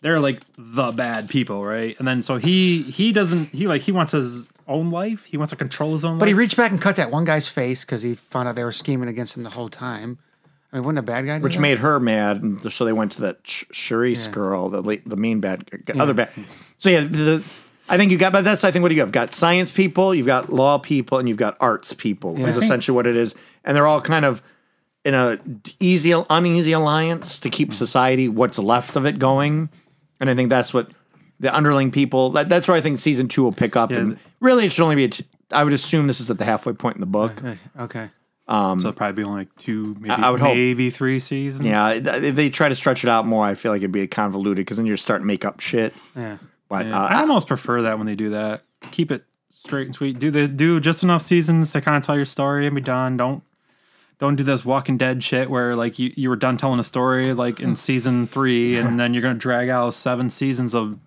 Speaker 5: They're like the bad people, right? And then so he he doesn't he like he wants his own life. He wants to control his own
Speaker 4: But he
Speaker 5: life.
Speaker 4: reached back and cut that one guy's face because he found out they were scheming against him the whole time. I mean, wasn't a bad guy? do
Speaker 3: which
Speaker 4: that?
Speaker 3: made her mad. And so they went to that Ch- Charisse girl, the late, the mean bad, other bad. So yeah, the, I think you got. But that's I think what do you have? Got science people, you've got law people, and you've got arts people. Is
Speaker 5: Yeah.
Speaker 3: essentially what it is, and they're all kind of in a d- easy, uneasy alliance to keep society, what's left of it, going. And I think that's what the underling people. That, that's where I think season two will pick up. And really, it should only be. A t- I would assume this is at the halfway point in the book.
Speaker 4: okay.
Speaker 5: so it'll probably be only like two, maybe,
Speaker 3: I would hope.
Speaker 5: maybe three seasons.
Speaker 3: Yeah, th- if they try to stretch it out more, I feel like it'd be convoluted because then you're starting to make up shit.
Speaker 4: Yeah.
Speaker 3: But
Speaker 5: Yeah,
Speaker 3: uh,
Speaker 5: I almost prefer that when they do that. Keep it straight and sweet. Do the do just enough seasons to kind of tell your story and be done. Don't don't do this Walking Dead shit where like you, you were done telling a story like in season three and then you're gonna drag out seven seasons of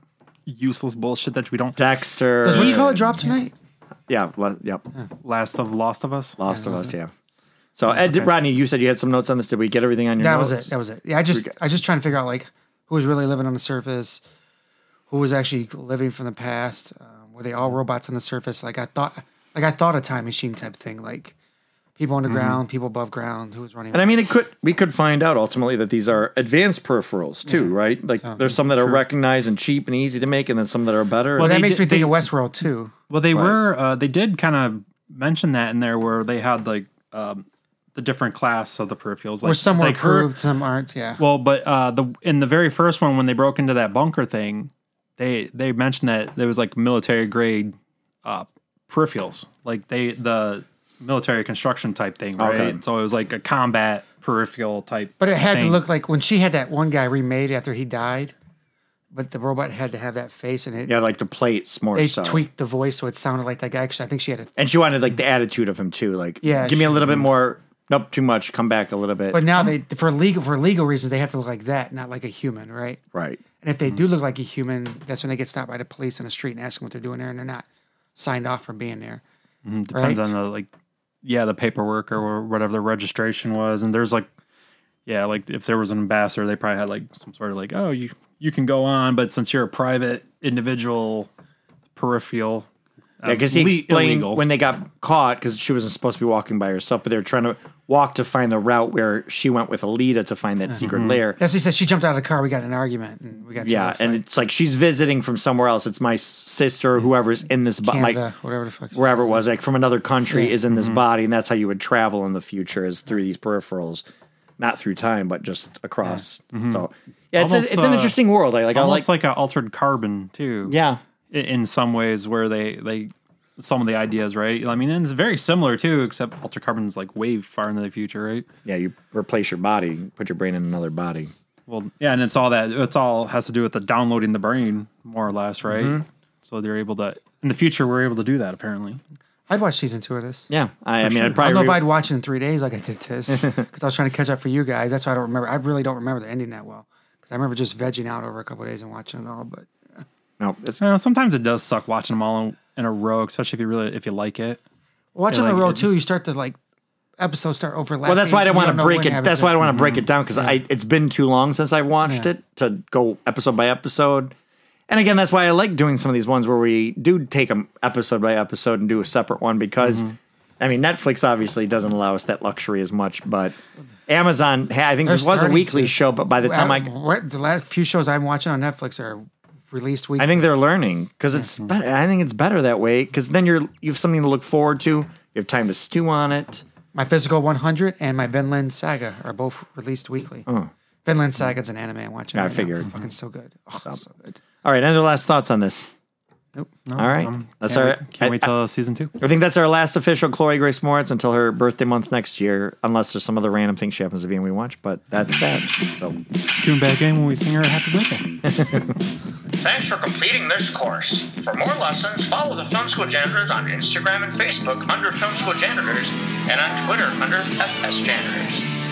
Speaker 5: useless bullshit that we don't
Speaker 3: Dexter.
Speaker 4: Does what you call it drop tonight?
Speaker 3: Yeah, le- yep.
Speaker 5: last of Lost of Us.
Speaker 3: Lost of Us. Yeah. So Ed, Rodney, you said you had some notes on this. Did we get everything on your?
Speaker 4: That
Speaker 3: notes?
Speaker 4: was it. That was it. Yeah, I just I just trying to figure out like who was really living on the surface, who was actually living from the past. Um, were they all robots on the surface? Like I thought, like I thought a time machine type thing. Like people underground, people above ground. Who was running?
Speaker 3: And I mean, it could we could find out ultimately that these are advanced peripherals too, right? Like there's some that are recognized and cheap and easy to make, and then some that are better.
Speaker 5: Well,
Speaker 4: that
Speaker 5: they
Speaker 4: makes
Speaker 5: did-
Speaker 4: me think
Speaker 5: they-
Speaker 4: of Westworld too.
Speaker 5: Well, they were uh, they did kind of mention that in there where they had like um, the different class of the peripherals. Like,
Speaker 4: Where some were
Speaker 5: like her-
Speaker 4: approved, some aren't. Yeah.
Speaker 5: Well, but uh, the in the very first one when they broke into that bunker thing, they they mentioned that there was like military grade uh, peripherals, like they the military construction type thing, right?
Speaker 3: Okay.
Speaker 5: So it was like a combat peripheral type.
Speaker 4: But it had
Speaker 5: thing.
Speaker 4: to look like when she had that one guy remade after he died. but the robot had to have that face, and it,
Speaker 3: Yeah, like the plates more
Speaker 4: they
Speaker 3: so.
Speaker 4: tweaked the voice so it sounded like that guy. Because I think she had a
Speaker 3: And she wanted like the attitude of him too. Like,
Speaker 4: Yeah,
Speaker 3: give me a
Speaker 4: she-
Speaker 3: little bit more. Nope, too much. Come back a little bit.
Speaker 4: But now they for legal for legal reasons they have to look like that, not like a human, right?
Speaker 3: right.
Speaker 4: And if they
Speaker 3: Hmm.
Speaker 4: do look like a human, that's when they get stopped by the police on the street and ask them what they're doing there, and they're not signed off for being there.
Speaker 3: Mm-hmm.
Speaker 5: depends
Speaker 4: right?
Speaker 5: on the like yeah the paperwork or whatever the registration was and there's like yeah like if there was an ambassador they probably had like some sort of like oh you you can go on but since you're a private individual peripheral
Speaker 3: Yeah, because he
Speaker 5: le-
Speaker 3: explained
Speaker 5: illegal.
Speaker 3: when they got caught because she wasn't supposed to be walking by herself, but they were trying to walk to find the route where she went with Alita to find that secret lair.
Speaker 4: That's what he said. She jumped out of the car. We got in an argument, and we got into
Speaker 3: Yeah,
Speaker 4: a
Speaker 3: and
Speaker 4: fight.
Speaker 3: Mm-hmm. it's like she's visiting from somewhere else. It's my sister, whoever's in this, bo-
Speaker 4: Canada,
Speaker 3: like
Speaker 4: whatever the fuck.
Speaker 3: wherever it was, like from another country, is in this body, and that's how you would travel in the future is through these peripherals, not through time, but just across. So yeah, Mm-hmm. it's, a,
Speaker 5: Almost,
Speaker 3: it's an
Speaker 5: uh,
Speaker 3: interesting world. I like. I like,
Speaker 5: almost like, an altered carbon too
Speaker 3: yeah.
Speaker 5: i- in some ways where they they some of the ideas right i mean and it's very similar too except altered carbon's like way far into the future right
Speaker 3: Yeah, you replace your body, put your brain in another body.
Speaker 5: Well, yeah, and it's all that it's all has to do with the downloading the brain, more or less, right?
Speaker 3: Mm-hmm.
Speaker 5: So they're able to in the future we're able to do that apparently.
Speaker 4: I'd watch season two of this.
Speaker 3: Yeah, I, I mean, I'd
Speaker 4: I
Speaker 3: probably
Speaker 4: don't know if
Speaker 3: re-
Speaker 4: I'd watch it in three days like I did this because I was trying to catch up for you guys. That's why I don't remember. I really don't remember the ending that well because I remember just vegging out over a couple of days and watching it all. But
Speaker 3: no. It's,
Speaker 5: You know, Uh, sometimes it does suck watching them all in, in a row, especially if you really if you like it.
Speaker 4: watching
Speaker 5: like
Speaker 4: the real
Speaker 5: it-
Speaker 4: two, you start to like episodes start overlapping.
Speaker 3: Well, that's why I didn't
Speaker 4: You
Speaker 3: want
Speaker 4: don't
Speaker 3: to
Speaker 4: know
Speaker 3: break
Speaker 4: when
Speaker 3: it. That's
Speaker 4: happens
Speaker 3: why I
Speaker 4: next.
Speaker 3: don't want to break it down because I it's been too long since I've watched
Speaker 4: Yeah.
Speaker 3: it to go episode by episode. And again, that's why I like doing some of these ones where we do take them episode by episode and do a separate one
Speaker 4: Mm-hmm.
Speaker 3: because, I mean, Netflix obviously doesn't allow us that luxury as much, but Amazon, hey, I think
Speaker 4: They're
Speaker 3: this was a
Speaker 4: starting
Speaker 3: weekly
Speaker 4: to.
Speaker 3: show, but by the time I,
Speaker 4: what the last few shows I'm watching on Netflix are released weekly.
Speaker 3: I think they're learning because it's
Speaker 4: Mm-hmm.
Speaker 3: better. I think it's better that way because then you're you have something to look forward to. You have time to stew on it.
Speaker 4: my Physical 100 and my Vinland Saga are both released weekly.
Speaker 3: Oh.
Speaker 4: Vinland Saga is an anime I'm watching.
Speaker 3: Yeah, I
Speaker 4: right now.
Speaker 3: figured.
Speaker 4: Fucking so good. Oh, so good.
Speaker 3: All right, any last thoughts on this?
Speaker 4: Nope.
Speaker 3: All right,
Speaker 4: Um,
Speaker 3: that's all right.
Speaker 5: Can't wait till season two.
Speaker 3: I think that's our last official Chloe Grace Moritz until her birthday month next year, unless there's some other random thing she happens to be and we watch. But that's that. So
Speaker 5: Tune back in when we sing her a happy birthday.
Speaker 1: Thanks for completing this course. For more lessons, follow the Film School Janitors on Instagram and Facebook under Film School Janitors and on Twitter under FS Janitors.